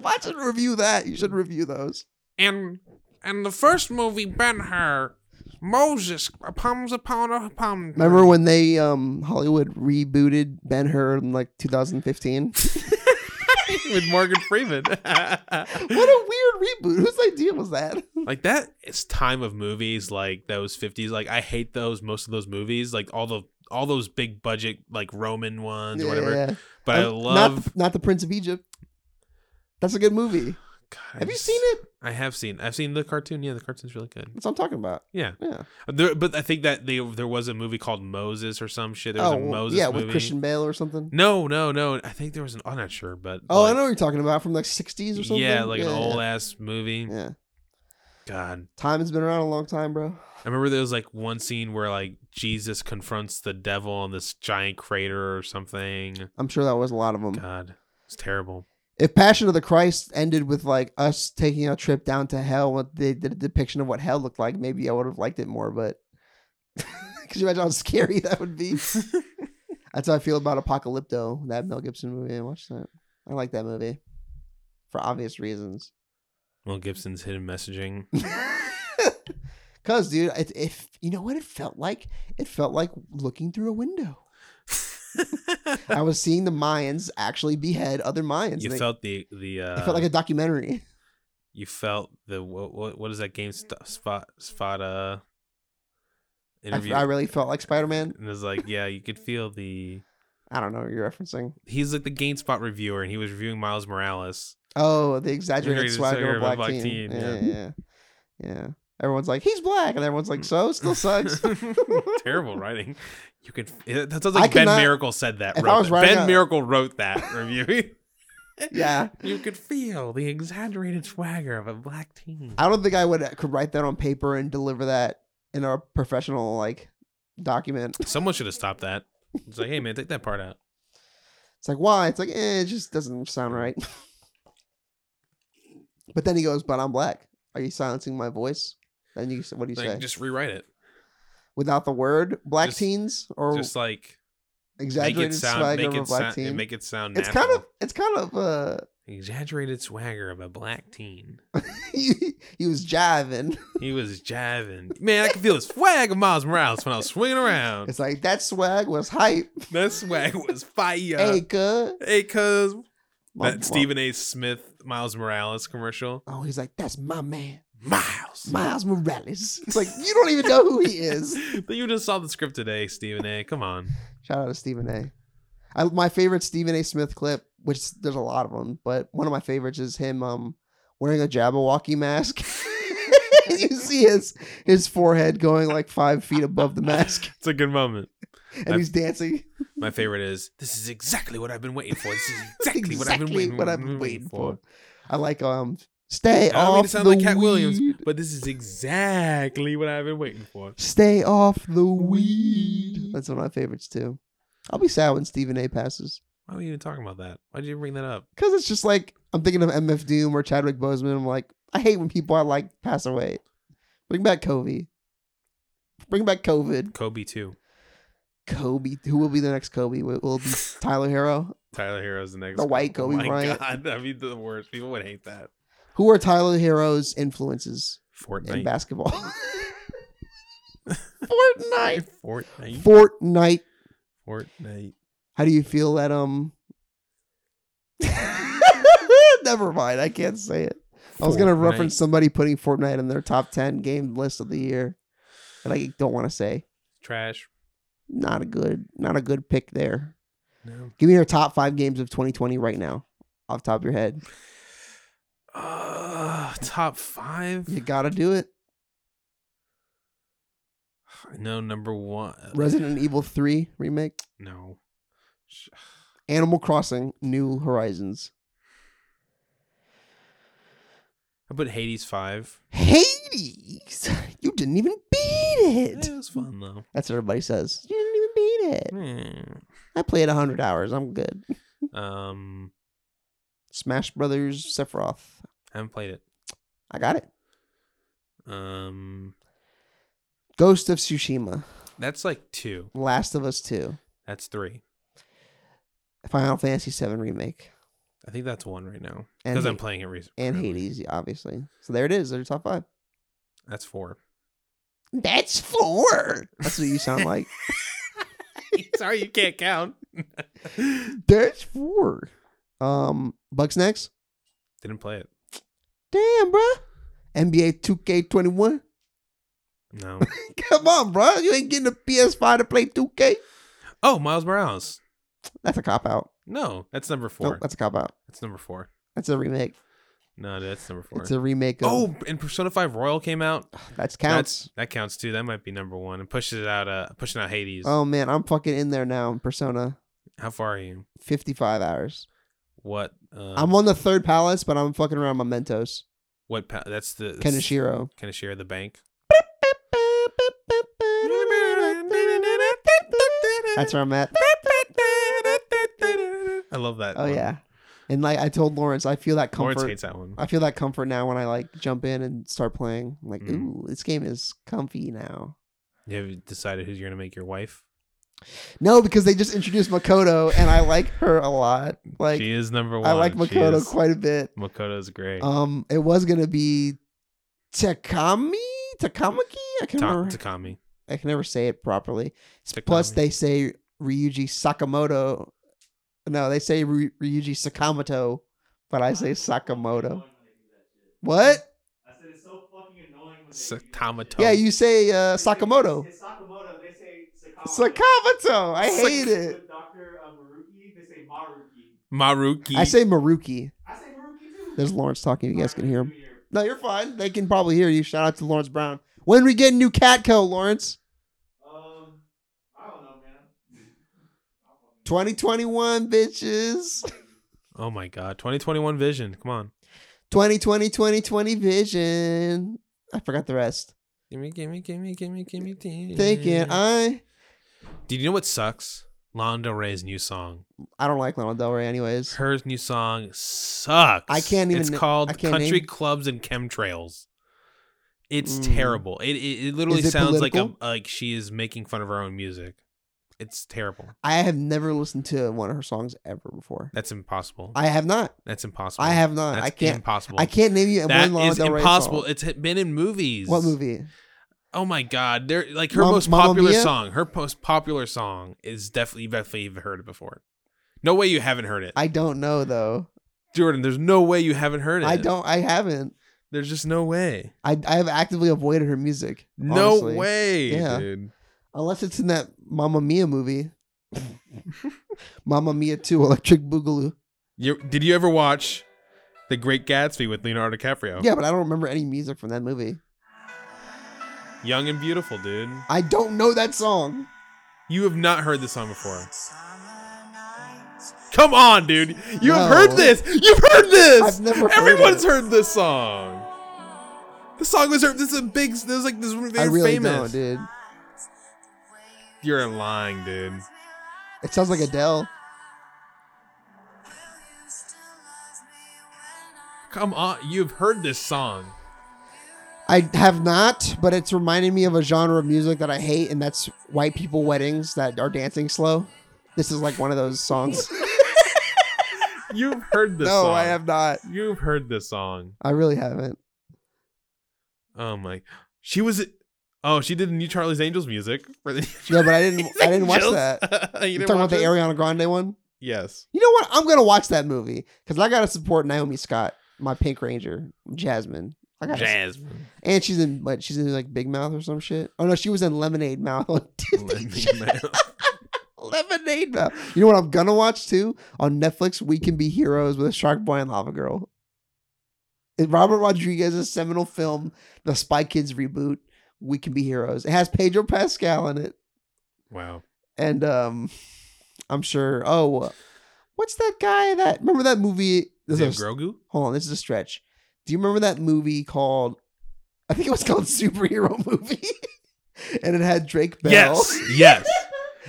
Speaker 2: Watch and review that. You should review those.
Speaker 3: And and the first movie, Ben Hur, Moses comes upon a palm.
Speaker 2: Remember when they um Hollywood rebooted Ben Hur in like 2015?
Speaker 3: with Morgan Freeman?
Speaker 2: what a weird reboot. Whose idea was that?
Speaker 3: like that it's time of movies like those 50s like i hate those most of those movies like all the all those big budget like roman ones or whatever
Speaker 2: Yeah.
Speaker 3: but i
Speaker 2: Um,
Speaker 3: love
Speaker 2: not the, not the Prince of Egypt. That's a good movie. Have you seen it?
Speaker 3: i have seen i've seen the cartoon yeah the cartoon's really good
Speaker 2: That's what I'm talking about.
Speaker 3: yeah
Speaker 2: Yeah.
Speaker 3: there, but i think that they, there was a movie called moses or some shit there was a
Speaker 2: oh, well,
Speaker 3: moses
Speaker 2: yeah,
Speaker 3: movie
Speaker 2: with Christian Bale or something.
Speaker 3: no no no i think there was an i'm not sure but
Speaker 2: Oh, I
Speaker 3: like,
Speaker 2: know what you're talking about from like 60s or something.
Speaker 3: yeah like an
Speaker 2: yeah,
Speaker 3: old ass movie
Speaker 2: Yeah.
Speaker 3: god
Speaker 2: Time has been around a long time, bro.
Speaker 3: I remember there was like one scene where like Jesus confronts the devil on this giant crater or something.
Speaker 2: I'm sure that was a lot of them.
Speaker 3: God, it's terrible.
Speaker 2: If Passion of the Christ ended with like us taking a trip down to hell with the, the depiction of what hell looked like, maybe I would have liked it more. But could you imagine how scary that would be? That's how I feel about Apocalypto, that Mel Gibson movie. I watched that. I like that movie for obvious reasons.
Speaker 3: Mel Gibson's hidden messaging.
Speaker 2: Cause, dude, it, if you know what it felt like, it felt like looking through a window. I was seeing the Mayans actually behead other Mayans.
Speaker 3: you
Speaker 2: and they-
Speaker 3: felt the the. Uh,
Speaker 2: it felt like a documentary.
Speaker 3: you felt the what, what? What is that game st- spot spot? Uh,
Speaker 2: I,
Speaker 3: interview.
Speaker 2: I really felt like Spider Man.
Speaker 3: and it was like, yeah, you could feel the.
Speaker 2: I don't know what you're referencing.
Speaker 3: He's like the GameSpot reviewer, and he was reviewing Miles Morales.
Speaker 2: Oh, the exaggerated
Speaker 3: Exaggerated
Speaker 2: swagger
Speaker 3: swagger
Speaker 2: of a black, teen. Yeah,
Speaker 3: yeah.
Speaker 2: yeah, yeah, Yeah. Everyone's like, he's black, and everyone's like, so still sucks.
Speaker 3: Terrible writing. You could. It, that sounds
Speaker 2: I
Speaker 3: like Ben
Speaker 2: cannot-
Speaker 3: Miracle said that.
Speaker 2: if
Speaker 3: wrote
Speaker 2: I was
Speaker 3: that.
Speaker 2: writing
Speaker 3: Ben
Speaker 2: a-
Speaker 3: Miracle wrote that review.
Speaker 2: yeah.
Speaker 3: You could feel the exaggerated swagger of a black teen.
Speaker 2: I don't think I would uh, could write that on paper and deliver that in a professional like document.
Speaker 3: Someone should have stopped that. It's like, hey man, take that part out.
Speaker 2: It's like why? It's like eh, it just doesn't sound right. but then he goes, "But I'm black. Are you silencing my voice?" Then you, s- what do you
Speaker 3: Like,
Speaker 2: say?
Speaker 3: just rewrite it.
Speaker 2: Without the word black
Speaker 3: just-
Speaker 2: teens or
Speaker 3: Just like make
Speaker 2: exaggerated
Speaker 3: it sound,
Speaker 2: swagger
Speaker 3: make
Speaker 2: of a
Speaker 3: it
Speaker 2: black
Speaker 3: sound,
Speaker 2: teen.
Speaker 3: and make it sound.
Speaker 2: it's
Speaker 3: natural.
Speaker 2: kind of it's kind of uh
Speaker 3: exaggerated swagger of a black teen.
Speaker 2: he, he was jiving.
Speaker 3: He was jiving. Man, I could feel the swag of Miles Morales when I was swinging around.
Speaker 2: It's like that swag was hype.
Speaker 3: That swag was fire. Hey,
Speaker 2: Hey, cuz.
Speaker 3: cuz
Speaker 2: My- my-
Speaker 3: that Stephen A. Smith Miles Morales commercial.
Speaker 2: Oh, he's like, that's my man,
Speaker 3: Miles.
Speaker 2: Miles Morales. It's like you don't even know who he is.
Speaker 3: But you just saw the script today, Stephen A. Come on.
Speaker 2: Shout out to Stephen A. I, my favorite Stephen A. Smith clip, which there's a lot of them, but one of my favorites is him um wearing a Jabberwocky mask. you see his his forehead going like five feet above the mask,
Speaker 3: It's a good moment.
Speaker 2: and
Speaker 3: I've-
Speaker 2: he's dancing.
Speaker 3: My favorite is this is exactly what I've been waiting for. This is
Speaker 2: That's
Speaker 3: exactly, what I've been waiting,
Speaker 2: what I've been waiting for. I like um stay
Speaker 3: I don't mean
Speaker 2: off
Speaker 3: to sound
Speaker 2: the
Speaker 3: like Cat Williams,
Speaker 2: weed.
Speaker 3: but this is exactly what I've been waiting for.
Speaker 2: Stay off the weed.
Speaker 3: Weed.
Speaker 2: That's one of my favorites too. I'll be sad when Stephen A. passes.
Speaker 3: Why are we even talking about that? Why did you bring that up?
Speaker 2: Cause it's just like I'm thinking of MF Doom or Chadwick Boseman. I'm like, I hate when people I like pass away. Bring back Kobe. Bring back COVID.
Speaker 3: Kobe too.
Speaker 2: Kobe. Who will be the next Kobe? Will will it be Tyler Hero?
Speaker 3: Tyler Hero's the next.
Speaker 2: The white Kobe
Speaker 3: oh my
Speaker 2: Bryant.
Speaker 3: God, that'd be the worst. People would hate that.
Speaker 2: Who are Tyler Hero's influences in
Speaker 3: Fortnite.
Speaker 2: basketball? Fortnite.
Speaker 3: Fortnite.
Speaker 2: Fortnite.
Speaker 3: Fortnite.
Speaker 2: How do you feel that um Never mind. I can't say it. I was gonna
Speaker 3: Fortnite.
Speaker 2: reference somebody putting Fortnite in their top ten game list of the year, and I don't want to say
Speaker 3: trash.
Speaker 2: not a good, not a good pick there.
Speaker 3: No.
Speaker 2: Give me your top five games of 2020 right now, off the top of your head.
Speaker 3: Uh, top five.
Speaker 2: You gotta do it.
Speaker 3: No, number one.
Speaker 2: Resident Evil Three remake,
Speaker 3: No.
Speaker 2: Animal Crossing: New Horizons,
Speaker 3: I put Hades five.
Speaker 2: Hades. You didn't even beat
Speaker 3: It
Speaker 2: it.
Speaker 3: was fun though.
Speaker 2: That's what everybody says. You didn't even beat it.
Speaker 3: Hmm.
Speaker 2: I played 100 hours. I'm good.
Speaker 3: Um,
Speaker 2: Smash Brothers Sephiroth.
Speaker 3: I haven't played it.
Speaker 2: I got it.
Speaker 3: Um,
Speaker 2: Ghost of Tsushima.
Speaker 3: that's like two.
Speaker 2: Last of Us 2.
Speaker 3: That's three.
Speaker 2: Final Fantasy 7 remake.
Speaker 3: I think that's one right now
Speaker 2: And
Speaker 3: because I'm
Speaker 2: Ha-
Speaker 3: playing it recently.
Speaker 2: And Hades, obviously. So there it is. They're top five.
Speaker 3: That's four.
Speaker 2: That's four. That's what you sound like.
Speaker 3: Sorry, you can't count. Didn't
Speaker 2: That's four. Um, Bucks next.
Speaker 3: play it.
Speaker 2: Damn, bruh. NBA 2K21.
Speaker 3: No.
Speaker 2: Come on, bruh. You ain't getting a PS5 to play 2K.
Speaker 3: Oh, Miles Morales.
Speaker 2: That's a cop out.
Speaker 3: No, that's number four.
Speaker 2: Nope, that's a cop out.
Speaker 3: that's number four.
Speaker 2: That's a remake.
Speaker 3: No, that's number four.
Speaker 2: It's a remake of
Speaker 3: Oh, and Persona Five Royal came out.
Speaker 2: That's counts.
Speaker 3: That counts too. That might be number one. And pushes it out. Uh, pushing out Hades.
Speaker 2: oh man, I'm fucking in there now in Persona.
Speaker 3: How far are you?
Speaker 2: 55 hours.
Speaker 3: What? Um,
Speaker 2: I'm on the third palace, but I'm fucking around Mementos.
Speaker 3: What? Pa- that's the
Speaker 2: Kenishiro.
Speaker 3: Kanashiro, the bank.
Speaker 2: That's where I'm at.
Speaker 3: I love that.
Speaker 2: Oh
Speaker 3: one.
Speaker 2: yeah. And like I told Lawrence, I feel that
Speaker 3: Lawrence
Speaker 2: comfort.
Speaker 3: hates that one.
Speaker 2: I feel that comfort now when I like jump in and start playing. I'm like,
Speaker 3: Mm.
Speaker 2: ooh, this game is comfy now.
Speaker 3: You have decided who you're gonna make your wife.
Speaker 2: No, because they just introduced Makoto and I like her a lot. Like
Speaker 3: she is number one.
Speaker 2: I like
Speaker 3: She
Speaker 2: Makoto
Speaker 3: is-
Speaker 2: quite a bit.
Speaker 3: Makoto's great.
Speaker 2: Um, it was gonna be Takami, Takamaki. I can
Speaker 3: Ta-
Speaker 2: never,
Speaker 3: Takami.
Speaker 2: I can never say it properly. S- Plus,
Speaker 3: Takami.
Speaker 2: they say Ryuji Sakamoto. No, they say Ry- Ryuji Sakamoto, but I say Sakamoto. What?
Speaker 4: I said it's so fucking annoying when they do that shit.
Speaker 3: Sakamato.
Speaker 2: Yeah, you say
Speaker 4: They
Speaker 2: uh,
Speaker 4: say-
Speaker 2: Sakamoto.
Speaker 4: they say Sakamoto. They say Sakamoto.
Speaker 2: Sakamoto. I
Speaker 3: Sak-
Speaker 2: hate it.
Speaker 4: With Dr. uh, Maruki, they say Maruki.
Speaker 3: Maruki.
Speaker 2: I say Maruki.
Speaker 4: I say Maruki too.
Speaker 2: There's Lawrence talking. You guys can hear him.
Speaker 4: Happy New Year.
Speaker 2: No, you're fine. They can probably hear you. Shout out to Lawrence Brown. When we get a new Catco, Lawrence?
Speaker 4: Um, I don't know, man.
Speaker 2: 2021, bitches.
Speaker 3: oh my god. 2021 vision. Come on.
Speaker 2: 2020 2020 vision. I forgot the rest.
Speaker 3: Gimme, gimme, gimme, gimme, gimme.
Speaker 2: Thinking I
Speaker 3: Did you know what sucks? Lana Del Rey's new song.
Speaker 2: I don't like Lana Del Rey anyways.
Speaker 3: Her new song sucks.
Speaker 2: I can't even
Speaker 3: It's
Speaker 2: na-
Speaker 3: called
Speaker 2: I can't
Speaker 3: Country
Speaker 2: name-
Speaker 3: Clubs and Chemtrails. It's
Speaker 2: Mm.
Speaker 3: terrible. It it, it literally
Speaker 2: Is it
Speaker 3: sounds like
Speaker 2: political?
Speaker 3: a like she is making fun of her own music. It's terrible.
Speaker 2: I have never listened to one of her songs ever before.
Speaker 3: That's impossible.
Speaker 2: I have not.
Speaker 3: That's impossible.
Speaker 2: I have not.
Speaker 3: That's
Speaker 2: I can't.
Speaker 3: Impossible.
Speaker 2: I can't name you
Speaker 3: That
Speaker 2: one Lana
Speaker 3: is
Speaker 2: Del Rey
Speaker 3: impossible.
Speaker 2: song.
Speaker 3: It's been in movies.
Speaker 2: What movie?
Speaker 3: Oh my god! They're like her
Speaker 2: Mam-
Speaker 3: most
Speaker 2: Mamma
Speaker 3: popular
Speaker 2: Mia?
Speaker 3: song. Her most popular song is definitely you've definitely you've heard it before. No way you haven't heard it,
Speaker 2: I don't know though.
Speaker 3: Jordan. There's no way you haven't heard it.
Speaker 2: I don't. I haven't.
Speaker 3: There's just no way.
Speaker 2: I I have actively avoided her music.
Speaker 3: No
Speaker 2: honestly.
Speaker 3: way,
Speaker 2: Yeah.
Speaker 3: dude.
Speaker 2: Unless it's in that Mamma Mia movie. Mamma Mia 2 Electric Boogaloo.
Speaker 3: You did you ever watch The Great Gatsby with Leonardo DiCaprio?
Speaker 2: Yeah, but I don't remember any music from that movie.
Speaker 3: Young and beautiful, dude.
Speaker 2: I don't know that song.
Speaker 3: You have not heard this song before. Come on, dude. You have
Speaker 2: No.
Speaker 3: heard this. You've heard this.
Speaker 2: I've never heard
Speaker 3: Everyone's
Speaker 2: it.
Speaker 3: heard this song. The song was heard. This is a big. This is like this. One of
Speaker 2: I
Speaker 3: their
Speaker 2: really
Speaker 3: famous.
Speaker 2: don't, dude.
Speaker 3: You're lying, dude.
Speaker 2: It sounds like Adele.
Speaker 3: Come on. You've heard this song.
Speaker 2: I have not, but it's reminding me of a genre of music that I hate, and that's white people weddings that are dancing slow. This is like one of those songs.
Speaker 3: You've heard this.
Speaker 2: no,
Speaker 3: song.
Speaker 2: I have not.
Speaker 3: You've heard this song.
Speaker 2: I really haven't.
Speaker 3: Oh my. She was. Oh, she did the new Charlie's Angels music for the.
Speaker 2: Yeah, but I didn't. I didn't watch that.
Speaker 3: you
Speaker 2: You
Speaker 3: didn't
Speaker 2: talking
Speaker 3: watch
Speaker 2: about the
Speaker 3: it?
Speaker 2: Ariana Grande one?
Speaker 3: Yes.
Speaker 2: You know what? I'm gonna watch that movie because I gotta support Naomi Scott, my Pink Ranger, Jasmine. I gotta,
Speaker 3: Jasmine.
Speaker 2: and she's in, but she's in like Big Mouth or some shit. Oh no, she was in Lemonade Mouth on Disney. Lemonade Mouth. You know what? I'm gonna watch too on Netflix. We can be heroes with Shark Boy and Lava Girl. It's Robert Rodriguez's seminal film, the Spy Kids reboot. We can be heroes. It has Pedro Pascal in it,
Speaker 3: wow.
Speaker 2: and um, I'm sure. Oh, uh, what's that guy? That remember that movie?
Speaker 3: Is
Speaker 2: This
Speaker 3: it
Speaker 2: is,
Speaker 3: Grogu?
Speaker 2: hold on, this is a stretch. Do you remember that movie called? I think it was called Superhero Movie, and it had Drake Bell.
Speaker 3: Yes. Yes.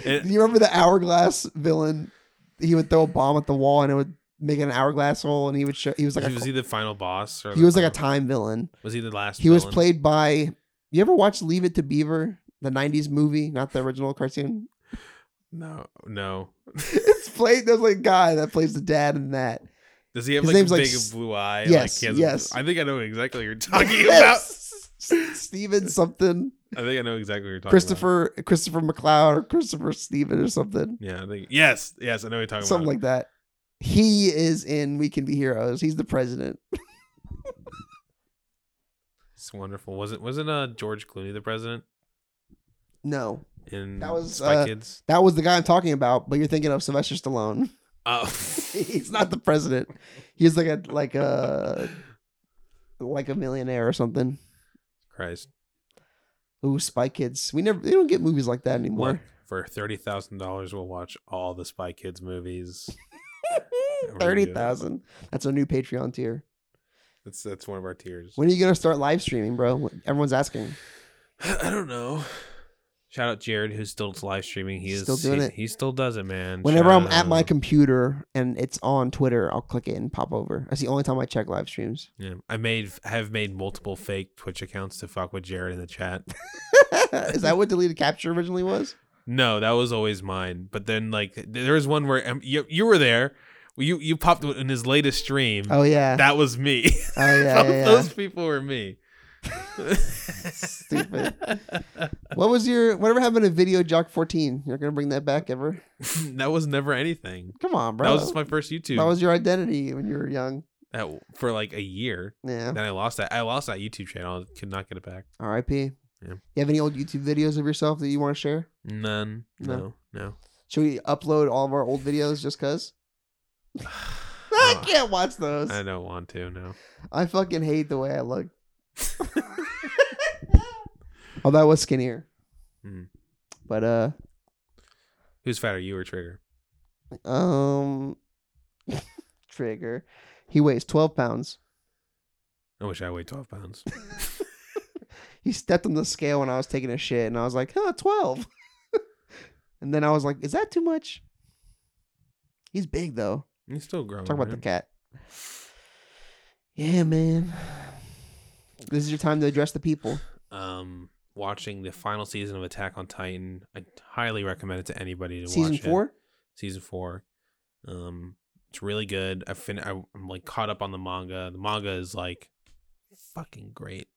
Speaker 2: Do
Speaker 3: It-
Speaker 2: you remember the hourglass villain? He would throw a bomb at the wall and it would make an hourglass hole, and he would show. He was like
Speaker 3: was
Speaker 2: a,
Speaker 3: he the final boss? Or
Speaker 2: he
Speaker 3: the
Speaker 2: was like a
Speaker 3: final-
Speaker 2: time villain.
Speaker 3: Was he the last?
Speaker 2: He was
Speaker 3: villain?
Speaker 2: played by. You ever watch Leave It to Beaver, the '90s movie, not the original cartoon?
Speaker 3: No, no.
Speaker 2: It's played. There's like a guy that plays the dad in that.
Speaker 3: Does he have
Speaker 2: His
Speaker 3: like a
Speaker 2: name's, like,
Speaker 3: big
Speaker 2: S-
Speaker 3: blue eye?
Speaker 2: yes,
Speaker 3: Like, he has a-
Speaker 2: yes.
Speaker 3: I think I know exactly what you're talking about.
Speaker 2: Yes. Steven something,
Speaker 3: I think I know exactly what you're talking about.
Speaker 2: Christopher Christopher McLeod or Christopher Steven or something,
Speaker 3: Yeah, I think yes, yes, I know what you're talking
Speaker 2: something
Speaker 3: about.
Speaker 2: like that. He is in We Can Be Heroes. He's the president.
Speaker 3: It's wonderful. Was it wasn't uh George Clooney the president
Speaker 2: No,
Speaker 3: in
Speaker 2: That was,
Speaker 3: Spy
Speaker 2: uh,
Speaker 3: Kids?
Speaker 2: That was the guy I'm talking about, but you're thinking of Sylvester Stallone.
Speaker 3: Oh,
Speaker 2: He's not the president. He's like a like a like a millionaire or something.
Speaker 3: Christ.
Speaker 2: Ooh, Spy Kids. We never they don't get movies like that
Speaker 3: What
Speaker 2: anymore.
Speaker 3: for thirty thousand dollars we'll watch all the Spy Kids movies. We're gonna do
Speaker 2: Thirty
Speaker 3: it.
Speaker 2: thousand. That's a new Patreon tier.
Speaker 3: That's that's one of our tiers.
Speaker 2: When are you gonna start live streaming, bro? Everyone's asking.
Speaker 3: I don't know. Shout out Jared who's still live streaming. He is
Speaker 2: Still doing
Speaker 3: he,
Speaker 2: it.
Speaker 3: He still does it, man.
Speaker 2: Whenever
Speaker 3: Shout
Speaker 2: I'm at my
Speaker 3: out.
Speaker 2: computer and it's on Twitter, I'll click it and pop over. That's the only time I check live streams.
Speaker 3: Yeah, I made have made multiple fake Twitch accounts to fuck with Jared in the chat.
Speaker 2: Is that what deleted capture originally was?
Speaker 3: No, that was always mine. But then like th- there was one where um, you you were there. You you popped in his latest stream.
Speaker 2: Oh yeah.
Speaker 3: That was me.
Speaker 2: Oh yeah.
Speaker 3: those,
Speaker 2: yeah, yeah.
Speaker 3: those people were me.
Speaker 2: Stupid. What was your whatever happened to Video Jock 14? You're not gonna bring that back ever?
Speaker 3: that was never anything.
Speaker 2: Come on, bro.
Speaker 3: That was just my first YouTube.
Speaker 2: That was your identity when you were young.
Speaker 3: That- for like a year.
Speaker 2: Yeah.
Speaker 3: Then I lost that. I lost that YouTube channel. Could not get it back.
Speaker 2: R.I.P.
Speaker 3: Yeah.
Speaker 2: You have any old YouTube videos of yourself that you want to share?
Speaker 3: None.
Speaker 2: No.
Speaker 3: No. No.
Speaker 2: Should we upload all of our old videos just cause? I
Speaker 3: No,
Speaker 2: can't watch those.
Speaker 3: Oh. I don't want to. No.
Speaker 2: I fucking hate the way I look. Although I Oh, was skinnier.
Speaker 3: Mhm.
Speaker 2: But uh
Speaker 3: Who's fatter, you or Trigger?
Speaker 2: um trigger. He weighs twelve pounds.
Speaker 3: I wish I weighed twelve pounds.
Speaker 2: he stepped on the scale when I was taking a shit, and I was like, huh, 12. and then I was like, is that too much? He's big, though.
Speaker 3: He's still growing.
Speaker 2: Talk about the
Speaker 3: man.
Speaker 2: cat. Yeah, man. This is your time to address the people.
Speaker 3: um watching the final season of Attack on Titan. I highly recommend it to anybody to
Speaker 2: Season
Speaker 3: watch it.
Speaker 2: four?
Speaker 3: Season four. Um it's really good. I fin I, I'm like caught up on the manga. The manga is like fucking great.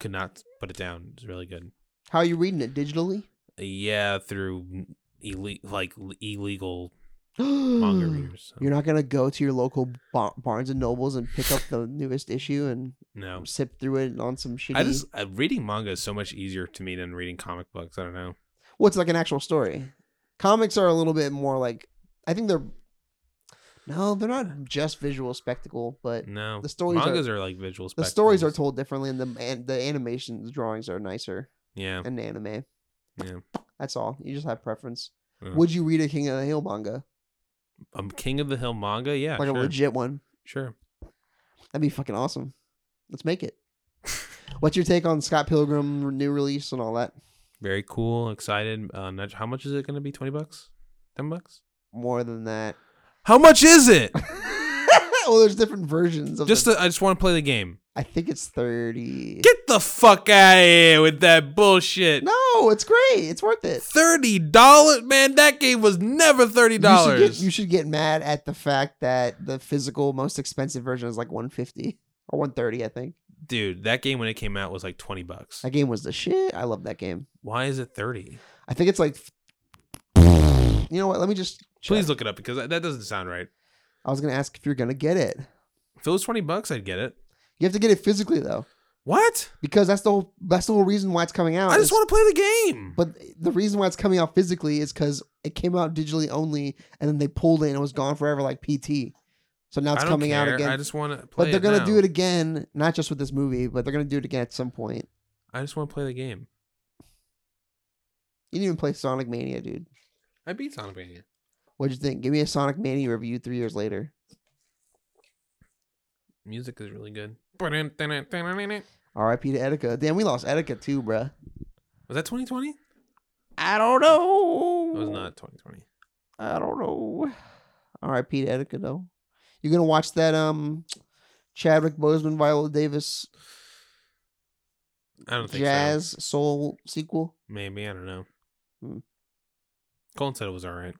Speaker 3: Could not put it down. It's really good.
Speaker 2: How are you reading it? Digitally?
Speaker 3: Yeah, through ille- like l- illegal manga
Speaker 2: Manga
Speaker 3: readers. So,
Speaker 2: You're not going to go to your local Bar- Barnes and Nobles and pick up the newest issue and
Speaker 3: no.
Speaker 2: sip through it on some shitty.
Speaker 3: I just uh, reading manga is so much easier to me than reading comic books. I don't know.
Speaker 2: Well, it's like an actual story. Comics are a little bit more like I think they're no, they're not just visual spectacle, but
Speaker 3: No,
Speaker 2: The stories are-
Speaker 3: mangas are, like visual.
Speaker 2: the stories are
Speaker 3: Mm, spectacles.
Speaker 2: told differently, and the and the animations drawings are nicer
Speaker 3: Yeah,
Speaker 2: in anime.
Speaker 3: Yeah.
Speaker 2: that's all. You just have preference.
Speaker 3: Yeah.
Speaker 2: Would you read a King of the Hill manga,
Speaker 3: um, King of the Hill manga. Yeah,
Speaker 2: like
Speaker 3: sure.
Speaker 2: a legit one?
Speaker 3: Sure.
Speaker 2: That'd be fucking awesome. Let's make it. What's your take on Scott Pilgrim new release and all that?
Speaker 3: Very cool. Excited. Uh, not, how much is it going to be? 20 bucks? 10 bucks?
Speaker 2: More than that.
Speaker 3: How much is it?
Speaker 2: well, there's different versions of
Speaker 3: just
Speaker 2: The,
Speaker 3: the, I just want to play the game.
Speaker 2: I think it's thirty.
Speaker 3: Get the fuck out of here with that bullshit.
Speaker 2: no, it's great. It's worth it.
Speaker 3: $30? Man, that game was never $30.
Speaker 2: You should, get, you should get mad at the fact that the physical most expensive version is like 150 or 130, I think.
Speaker 3: Dude, that game when it came out was like 20 bucks.
Speaker 2: That game was the shit. I love that game.
Speaker 3: Why is it 30?
Speaker 2: I think it's like, you know what? Let me just
Speaker 3: Please look it up because that that doesn't sound right.
Speaker 2: I was gonna ask if you're gonna get it.
Speaker 3: If it was twenty bucks, I'd get it.
Speaker 2: You have to get it physically though,
Speaker 3: What?
Speaker 2: because that's the whole that's the whole reason why it's coming out.
Speaker 3: I just
Speaker 2: is-
Speaker 3: want to play the game.
Speaker 2: But the reason why it's coming out physically is because it came out digitally only, and then they pulled it and it was gone forever, like PT. So now it's
Speaker 3: I don't
Speaker 2: coming out
Speaker 3: care.
Speaker 2: again.
Speaker 3: I just want to play.
Speaker 2: but they're
Speaker 3: it
Speaker 2: gonna
Speaker 3: now.
Speaker 2: do it again, not just with this movie, but they're gonna do it again at some point.
Speaker 3: I just want to play the game.
Speaker 2: You didn't even play Sonic Mania, dude.
Speaker 3: I beat Sonic Mania.
Speaker 2: What'd you think? Give me a Sonic Mania review three years later.
Speaker 3: Music is really good. Was
Speaker 2: R.I.P. to Etika. Damn, we lost Etika too, bruh.
Speaker 3: that 2020?
Speaker 2: I don't know.
Speaker 3: It was not 2020.
Speaker 2: I don't know. R.I.P. to Etika though. You gonna watch that um Chadwick Boseman, Viola Davis
Speaker 3: I don't think so.
Speaker 2: jazz soul sequel.
Speaker 3: Maybe I don't know.
Speaker 2: Hmm.
Speaker 3: Colin said it was all right.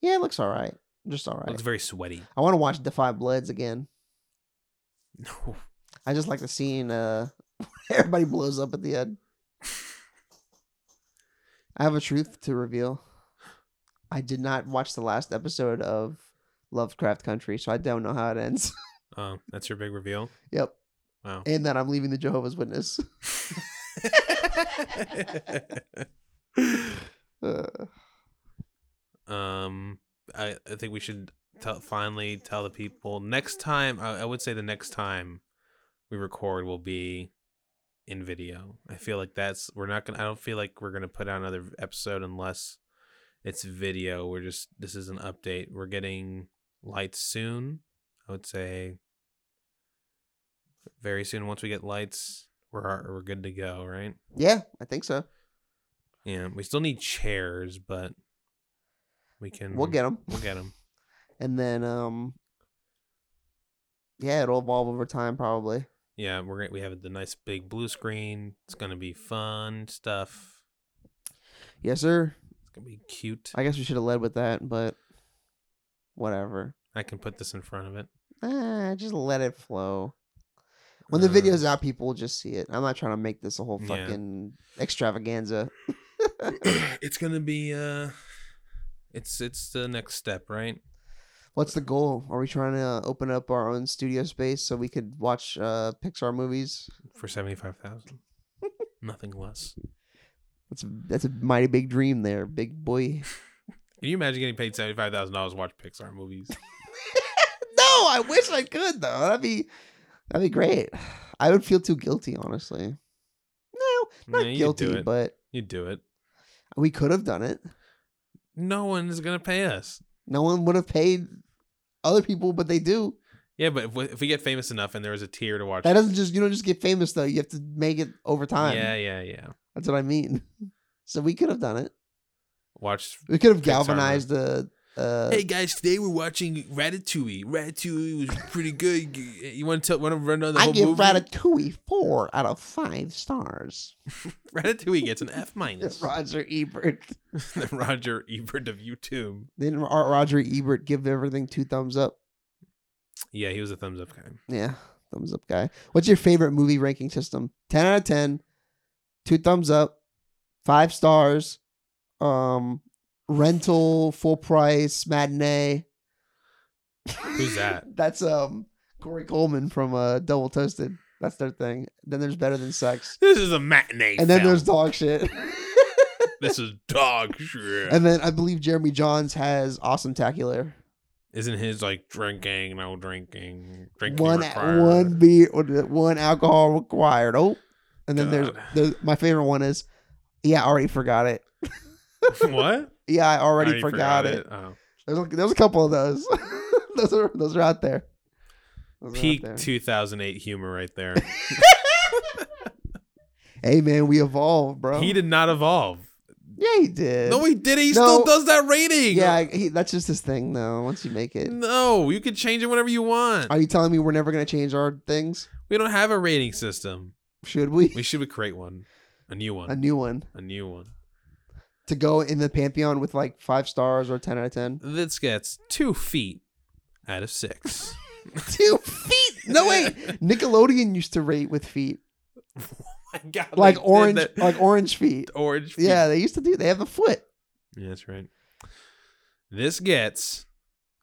Speaker 2: Yeah, it looks all right. Just all
Speaker 3: It
Speaker 2: right.
Speaker 3: Looks very sweaty.
Speaker 2: I want to watch Defy Bloods again.
Speaker 3: No.
Speaker 2: I just like the scene uh, everybody blows up at the end. I have a truth to reveal. I did not watch the last episode of Lovecraft Country, so I don't know how it ends.
Speaker 3: Um, that's your big reveal.
Speaker 2: yep.
Speaker 3: Wow.
Speaker 2: And that I'm leaving the Jehovah's Witness. Uh,
Speaker 3: um, I, I think we should tell, finally tell the people next time. I, I would say the next time we record will be in video. I feel like that's we're not gonna. I don't feel like we're gonna put out another episode unless it's video. We're just this is an update. We're getting lights soon. I would say very soon. Once we get lights, we're we're good to go. Right.
Speaker 2: yeah, I think so.
Speaker 3: Yeah, we still need chairs, but we can.
Speaker 2: We'll get them.
Speaker 3: We'll get them.
Speaker 2: And then, um, yeah, it'll evolve over time probably.
Speaker 3: Yeah, we're gonna- we have the nice big blue screen. It's gonna be fun stuff.
Speaker 2: Yes, sir.
Speaker 3: It's gonna be cute. I,
Speaker 2: I guess we should have led with that, but whatever.
Speaker 3: can put this in front of it.
Speaker 2: Ah, just let it flow. When the
Speaker 3: Uh,
Speaker 2: video's out, people will just see it. I'm not trying to make this a whole
Speaker 3: Yeah.
Speaker 2: fucking extravaganza.
Speaker 3: it's gonna be uh, it's it's the next step, right?
Speaker 2: What's the goal? Are we trying to open up our own studio space so we could watch uh, Pixar movies?
Speaker 3: For seventy five thousand, nothing less.
Speaker 2: That's a, that's a mighty big dream there, big boy.
Speaker 3: Can you imagine getting paid seventy five thousand dollars to watch Pixar movies?
Speaker 2: no, I wish I could though. That'd be that'd be great. I would feel too guilty, honestly. No, not
Speaker 3: Yeah, you
Speaker 2: guilty,
Speaker 3: do it.
Speaker 2: but
Speaker 3: you do it.
Speaker 2: we could have done it.
Speaker 3: No one is gonna pay us.
Speaker 2: No one would have paid other people, but they do.
Speaker 3: Yeah, but if we, if we get famous enough and there was a tier to watch,
Speaker 2: That doesn't just you don't just get famous though. You have to make it over time.
Speaker 3: yeah, yeah, yeah.
Speaker 2: That's what I mean. So we could have done it.
Speaker 3: Watch
Speaker 2: We could have
Speaker 3: Pixar movie.
Speaker 2: galvanized the uh
Speaker 3: Hey guys, today we're watching Ratatouille. Ratatouille was pretty good. You, want to want to run on the
Speaker 2: I
Speaker 3: whole
Speaker 2: give
Speaker 3: movie?
Speaker 2: Ratatouille four out of five stars.
Speaker 3: Ratatouille gets an F minus.
Speaker 2: Roger Ebert.
Speaker 3: the Roger Ebert of YouTube.
Speaker 2: Didn't Ro- Roger Ebert give everything two thumbs up?
Speaker 3: Yeah, he was a thumbs up guy.
Speaker 2: Yeah, thumbs up guy. What's your favorite movie ranking system? 10 out of 10, two thumbs up, five stars, um, rental, full price, matinee.
Speaker 3: Who's that?
Speaker 2: That's um Corey Coleman from uh, Double Toasted. That's their thing. Then there's Better Than Sex.
Speaker 3: This is a matinee.
Speaker 2: And then
Speaker 3: film.
Speaker 2: there's Dog Shit.
Speaker 3: this is dog shit.
Speaker 2: and then I believe Jeremy Johns has Awesome Tacular.
Speaker 3: Isn't his like drinking? No drinking. Drinking
Speaker 2: one
Speaker 3: required.
Speaker 2: one beer, one alcohol required. Oh, and then there's,
Speaker 3: God.
Speaker 2: there's my favorite one is, yeah, I already forgot it.
Speaker 3: what?
Speaker 2: Yeah, I already,
Speaker 3: I
Speaker 2: forgot, it.
Speaker 3: Oh.
Speaker 2: There's a, there's a couple of those. those are those are out there. Those are out
Speaker 3: Peak
Speaker 2: there.
Speaker 3: 2008 humor right there.
Speaker 2: Hey man, we evolved, bro.
Speaker 3: he did not evolve.
Speaker 2: Yeah, he did.
Speaker 3: No, he did. He
Speaker 2: No.
Speaker 3: still does that rating.
Speaker 2: yeah, I- he, that's just his thing though. Once you make it,
Speaker 3: No, you can change it whenever you want.
Speaker 2: are you telling me we're never gonna change our things?
Speaker 3: We don't have a rating system.
Speaker 2: Should we?
Speaker 3: We should create one, a new one,
Speaker 2: a new one
Speaker 3: a new one.
Speaker 2: to go in the pantheon with like five stars or ten out of ten.
Speaker 3: This gets two feet out of six.
Speaker 2: two feet. No wait, Nickelodeon used to rate with feet,
Speaker 3: My God,
Speaker 2: like
Speaker 3: they did
Speaker 2: orange,
Speaker 3: that.
Speaker 2: like orange feet.
Speaker 3: orange. Feet.
Speaker 2: Yeah, they used to do. They have a foot.
Speaker 3: Yeah, that's right. This gets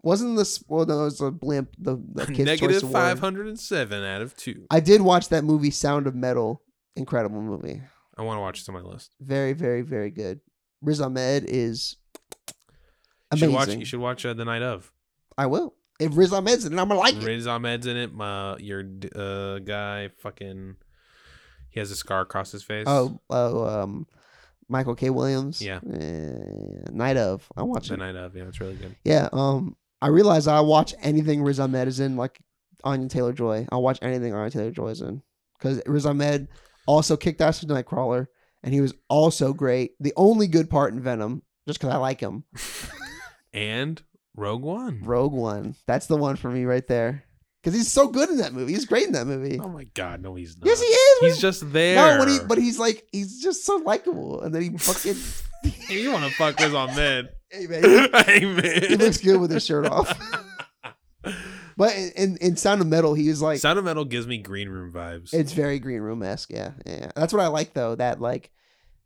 Speaker 2: Wasn't this? Well, no, it was a blimp. The, the kids'
Speaker 3: negative
Speaker 2: choice award.
Speaker 3: 507 out of 2.
Speaker 2: I did watch that movie, Sound of Metal. Incredible movie.
Speaker 3: I want to watch this on my list.
Speaker 2: Very, very, very good. Riz Ahmed is
Speaker 3: You
Speaker 2: amazing.
Speaker 3: should watch you should watch uh, The Night of.
Speaker 2: I will. If Riz Ahmed's in it, I'm gonna like it.
Speaker 3: Riz Ahmed's in it. My your d- uh guy fucking he has a scar across his face.
Speaker 2: Oh, oh, um, Michael K. Williams.
Speaker 3: Yeah.
Speaker 2: Eh, Night of. I watch
Speaker 3: The
Speaker 2: it.
Speaker 3: Night of. Yeah, it's really good.
Speaker 2: Yeah. Um, I realize I watch anything Riz Ahmed is in, like Anya Taylor Joy. I'll watch anything Anya Taylor Joy is in because Riz Ahmed also kicked ass in Nightcrawler, and he was also great. The only good part in Venom, just because I like him.
Speaker 3: And Rogue One.
Speaker 2: Rogue One. That's the one for me right there. Because he's so good in that movie. He's great in that movie.
Speaker 3: oh my god, no he's not.
Speaker 2: yes, he is.
Speaker 3: He's just there.
Speaker 2: no, when he, but he's like, he's just so likable, and then he fucking.
Speaker 3: Hey, you want to fuck Riz Ahmed.
Speaker 2: hey man,
Speaker 3: Amen.
Speaker 2: he looks good with his shirt off. But in, in, in Sound of Metal, he was like,
Speaker 3: Sound of Metal gives me green room vibes.
Speaker 2: it's very green room esque. Yeah, yeah. That's what I like though. That like,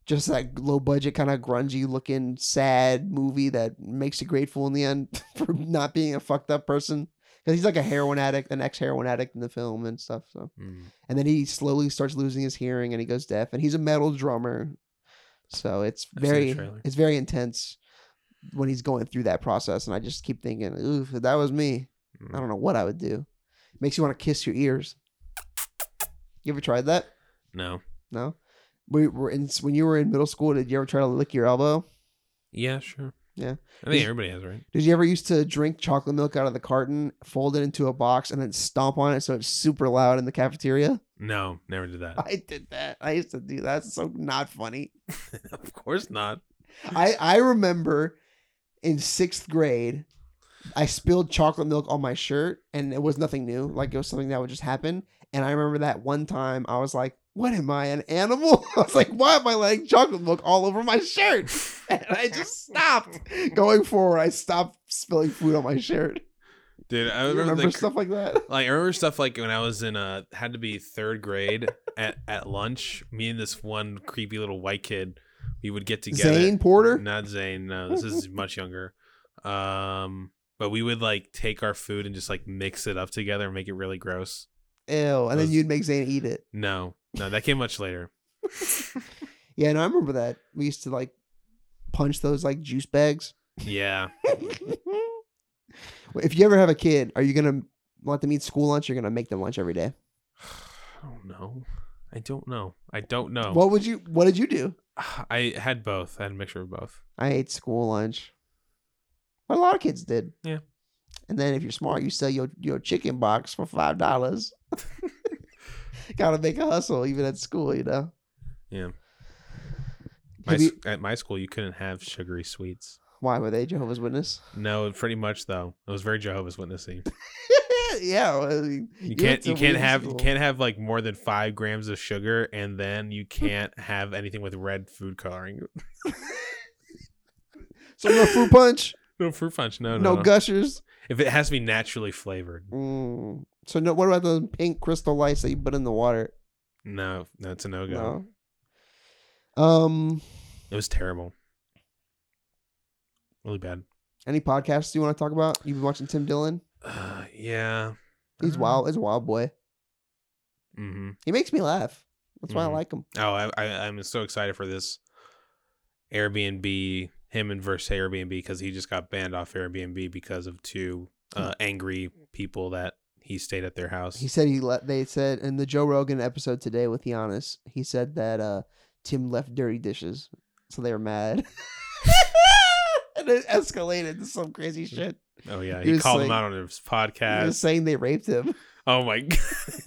Speaker 2: just that low budget kind of grungy looking sad movie that makes you grateful in the end for not being a fucked up person. Because he's like a heroin addict, an ex heroin addict in the film and stuff. So.
Speaker 3: Mm.
Speaker 2: and then he slowly starts losing his hearing and he goes deaf and he's a metal drummer so it's
Speaker 3: I've seen the
Speaker 2: very
Speaker 3: trailer.
Speaker 2: it's very intense when he's going through that process and i just keep thinking oof if that was me
Speaker 3: mm.
Speaker 2: i don't know what i would do makes you want to kiss your ears you ever tried that
Speaker 3: No.
Speaker 2: no we were in when you were in middle school did you ever try to lick your elbow
Speaker 3: Yeah, sure.
Speaker 2: Yeah.
Speaker 3: I think
Speaker 2: Is-
Speaker 3: everybody has, right?
Speaker 2: did you ever used to drink chocolate milk out of the carton fold it into a box and then stomp on it so it's super loud in the cafeteria
Speaker 3: No, never did that.
Speaker 2: i did that i used to do that it's so not funny
Speaker 3: of course not.
Speaker 2: I I remember in sixth grade, I spilled chocolate milk on my shirt, and it was nothing new. Like it was something that would just happen. And I remember that one time I was like, "What am I, an animal?" I was like, "Why am I letting chocolate milk all over my shirt?" And I just stopped. Going forward, I stopped spilling food on my shirt.
Speaker 3: Dude, I
Speaker 2: You
Speaker 3: remember,
Speaker 2: remember,
Speaker 3: the cr-
Speaker 2: stuff like that?
Speaker 3: Like I remember stuff like when I was in uh had to be third grade at, at lunch, me and this one creepy little white kid, we would get together.
Speaker 2: Zane Porter.
Speaker 3: Not Zane, no, this is much younger. Um but we would like take our food and just like mix it up together and make it really gross.
Speaker 2: Ew. And then
Speaker 3: Those-
Speaker 2: you'd make Zane eat it.
Speaker 3: No. No, that came much later.
Speaker 2: Yeah, and I remember that we used to like punch those like juice bags.
Speaker 3: Yeah.
Speaker 2: Well, if you ever have a kid, are you gonna let them eat school lunch? You're gonna make them lunch every day.
Speaker 3: I don't know. I don't know. I don't know.
Speaker 2: What would you? What did you do?
Speaker 3: I had both. I had a mixture of both.
Speaker 2: I ate school lunch. What a lot of kids did.
Speaker 3: Yeah.
Speaker 2: And then if you're smart, you sell your your chicken box for five dollars. Gotta make a hustle even at school, you know.
Speaker 3: Yeah. My,
Speaker 2: Have you,
Speaker 3: s- at my school, you couldn't have sugary sweets.
Speaker 2: why were they Jehovah's Witness?
Speaker 3: No, pretty much though. It was very Jehovah's Witnessy.
Speaker 2: yeah. well, I mean,
Speaker 3: You
Speaker 2: went
Speaker 3: can't
Speaker 2: to
Speaker 3: you can't
Speaker 2: Wheaton
Speaker 3: have you
Speaker 2: school.
Speaker 3: can't have like more than five grams of sugar, and then you can't have anything with red food coloring.
Speaker 2: So no fruit punch,
Speaker 3: No fruit punch. No,
Speaker 2: no,
Speaker 3: no.
Speaker 2: gushers.
Speaker 3: If it has to be naturally flavored,
Speaker 2: Mm. So no. What about those pink crystal lights that you put in the water?
Speaker 3: no, no, it's a no go.
Speaker 2: No. Um,
Speaker 3: It was terrible. Really bad.
Speaker 2: any podcasts you want to talk about? You've been watching Tim Dillon.
Speaker 3: Uh, yeah.
Speaker 2: He's
Speaker 3: Uh,
Speaker 2: wild. He's a wild boy.
Speaker 3: Mm-hmm.
Speaker 2: He makes me laugh. That's why I
Speaker 3: Mhm.
Speaker 2: like him.
Speaker 3: Oh, I, I I'm so excited for this Airbnb him and versus Airbnb because he just got banned off Airbnb because of two uh, angry people that he stayed at their house.
Speaker 2: He said he let. They said in the Joe Rogan episode today with Giannis, he said that uh, Tim left dirty dishes, so they were mad. and it escalated to some crazy shit.
Speaker 3: oh yeah,
Speaker 2: he
Speaker 3: he
Speaker 2: was
Speaker 3: called him
Speaker 2: like-
Speaker 3: out on his
Speaker 2: He was
Speaker 3: podcast.
Speaker 2: saying they raped him.
Speaker 3: Oh my god,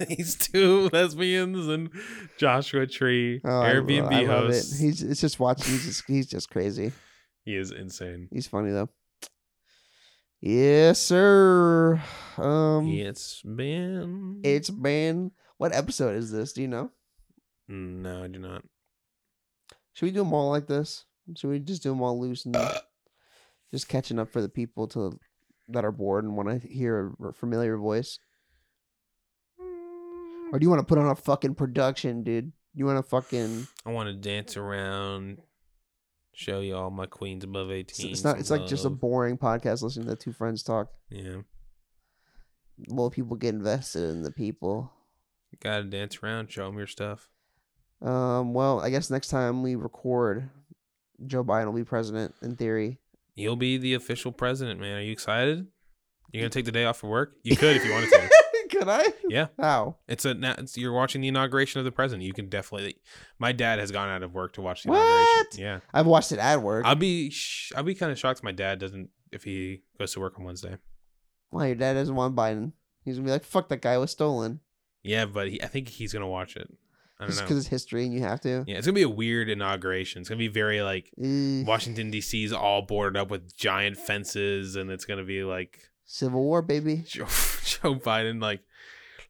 Speaker 3: these two lesbians and Joshua Tree
Speaker 2: Oh, I-
Speaker 3: Airbnb
Speaker 2: I love it.
Speaker 3: host.
Speaker 2: He's it's just watching. He's just, he's just crazy.
Speaker 3: He is insane.
Speaker 2: He's funny though. Yes, sir. Um,
Speaker 3: It's been
Speaker 2: It's been what episode is this? Do you know?
Speaker 3: Mm, no, I do not.
Speaker 2: Should we do them all like this? Should we just do them all loose and just catching up for the people to that are bored and want to hear a familiar voice? Or do you want to put on a fucking production, dude? You want to fucking
Speaker 3: I want to dance around Show you all my queens above
Speaker 2: It's,
Speaker 3: eighteen.
Speaker 2: it's not.
Speaker 3: some
Speaker 2: It's like just a
Speaker 3: love.
Speaker 2: boring podcast listening to two friends talk.
Speaker 3: yeah.
Speaker 2: Well, people get invested in the people.
Speaker 3: Gotta dance around. Show them your stuff.
Speaker 2: Um. Well, I guess next time we record, Joe Biden will be president in theory.
Speaker 3: You'll be the official president, man. Are you excited? You're gonna take the day off of work. You could if you wanted to.
Speaker 2: Could I?
Speaker 3: Yeah.
Speaker 2: How?
Speaker 3: It's a na- it's, you're watching the inauguration of the president. You can definitely. My dad has gone out of work to watch the
Speaker 2: What?
Speaker 3: inauguration. Yeah,
Speaker 2: I've watched it at work.
Speaker 3: I'll be sh- I'll be kind of shocked. My dad doesn't if he goes to work on Wednesday.
Speaker 2: Why your dad doesn't want Biden? He's gonna be like, "Fuck that guy was stolen."
Speaker 3: Yeah, but he, I think he's gonna watch it. I don't
Speaker 2: Just
Speaker 3: know.
Speaker 2: because it's history and you have to.
Speaker 3: Yeah, it's gonna be a weird inauguration. It's gonna be very like
Speaker 2: Ugh.
Speaker 3: Washington D.C. is all boarded up with giant fences, and it's gonna be like
Speaker 2: Civil War, baby.
Speaker 3: Joe, Joe Biden like,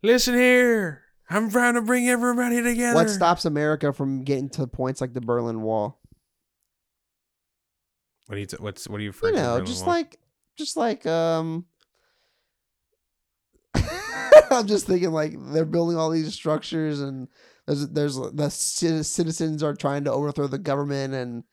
Speaker 3: listen here, I'm trying to bring everybody together.
Speaker 2: What stops America from getting to points like the Berlin Wall?
Speaker 3: What do you t- what's what are you
Speaker 2: You
Speaker 3: referring
Speaker 2: know,
Speaker 3: to?
Speaker 2: just
Speaker 3: Wall?
Speaker 2: like, just like, um. I'm just thinking like they're building all these structures and there's there's uh, the ci- citizens are trying to overthrow the government and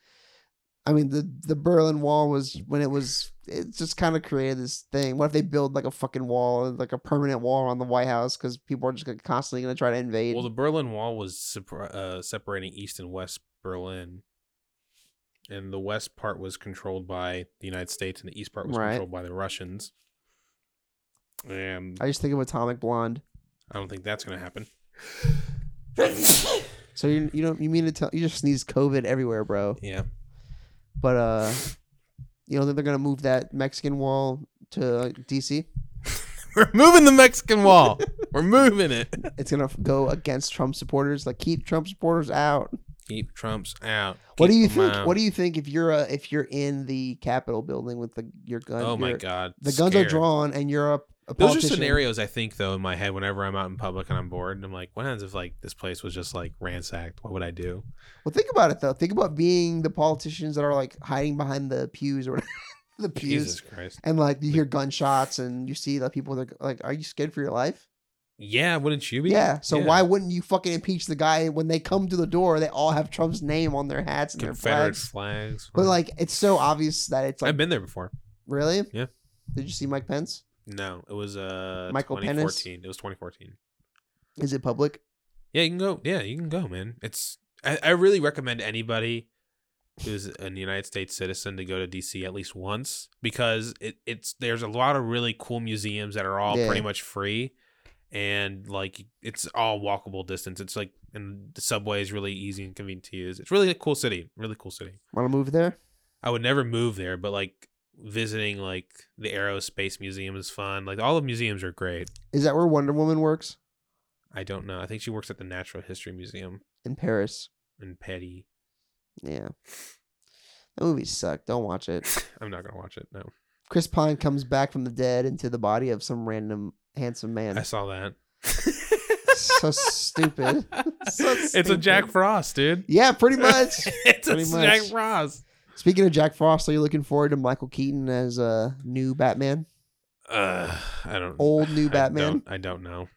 Speaker 2: I mean the the Berlin Wall was when it was it just kind of created this thing. What if they build like a fucking wall uh, like a permanent wall around the White House because people are just gonna, constantly going to try to invade?
Speaker 3: Well, the Berlin Wall was separ- uh, separating East and West Berlin, and the West part was controlled by the United States, and the East part was
Speaker 2: Right.
Speaker 3: controlled by the Russians. And
Speaker 2: I just think of Atomic Blonde.
Speaker 3: I don't think that's going to happen.
Speaker 2: So you you don't you mean to tell you just sneeze COVID everywhere, bro?
Speaker 3: Yeah,
Speaker 2: But uh, you don't think they're gonna move that Mexican wall to uh, DC?
Speaker 3: we're moving the Mexican Wall. we're moving it.
Speaker 2: It's gonna f- go against Trump supporters. Like keep Trump supporters out.
Speaker 3: Keep Trump's out.
Speaker 2: what do
Speaker 3: Keep
Speaker 2: you
Speaker 3: him
Speaker 2: think?
Speaker 3: out.
Speaker 2: What do you think if you're uh, if you're in the Capitol building with the your gun?
Speaker 3: Oh my
Speaker 2: your-
Speaker 3: God!
Speaker 2: The guns are
Speaker 3: scared.
Speaker 2: drawn and you're a, a
Speaker 3: Those are
Speaker 2: politician.
Speaker 3: scenarios I think though in my head whenever I'm out in public and I'm bored. I'm like, what happens if like this place was just like ransacked? What would I do?
Speaker 2: Well, think about it though. Think about being the politicians that are like hiding behind the pews or whatever. the pews.
Speaker 3: Jesus Christ!
Speaker 2: And like you hear gunshots and you see like people that are like, are you scared for your life?
Speaker 3: Yeah, wouldn't you be?
Speaker 2: yeah. So
Speaker 3: yeah.
Speaker 2: why wouldn't you fucking impeach the guy when they come to the door? They all have Trump's name on their hats and their
Speaker 3: Confederate
Speaker 2: flags.
Speaker 3: flags.
Speaker 2: But like, it's so obvious that it's like,
Speaker 3: I've been there before.
Speaker 2: really?
Speaker 3: Yeah.
Speaker 2: Did you see Mike Pence?
Speaker 3: No, it was uh
Speaker 2: Michael Pence?
Speaker 3: 2014. It was 2014.
Speaker 2: Is it public?
Speaker 3: Yeah, you can go. Yeah, you can go, man. It's I, I really recommend anybody who's an United States citizen to go to DC at least once because it, it's there's a lot of really cool museums that are all
Speaker 2: Yeah.
Speaker 3: pretty much free and like it's all walkable distance. It's like and the subway is really easy and convenient to use. It's really a cool city. Really cool city.
Speaker 2: Want to move there?
Speaker 3: I would never move there, but like visiting like the aerospace museum is fun. Like all the museums are great.
Speaker 2: Is that where Wonder Woman works
Speaker 3: I don't know. I think she works at the Natural History Museum
Speaker 2: in Paris?
Speaker 3: in Petty.
Speaker 2: Yeah. That movie sucked. Don't watch it.
Speaker 3: I'm not gonna watch it. No,
Speaker 2: Chris Pine comes back from the dead into the body of some random handsome man.
Speaker 3: I saw that.
Speaker 2: so stupid. So
Speaker 3: It's a
Speaker 2: stupid.
Speaker 3: Jack Frost, dude.
Speaker 2: Yeah, pretty much.
Speaker 3: it's
Speaker 2: Pretty
Speaker 3: a
Speaker 2: much.
Speaker 3: Jack Frost.
Speaker 2: Speaking of Jack Frost, are you looking forward to Michael Keaton as a uh, new Batman?
Speaker 3: Uh, I don't.
Speaker 2: Old new
Speaker 3: I
Speaker 2: Batman?
Speaker 3: don't- I don't, know.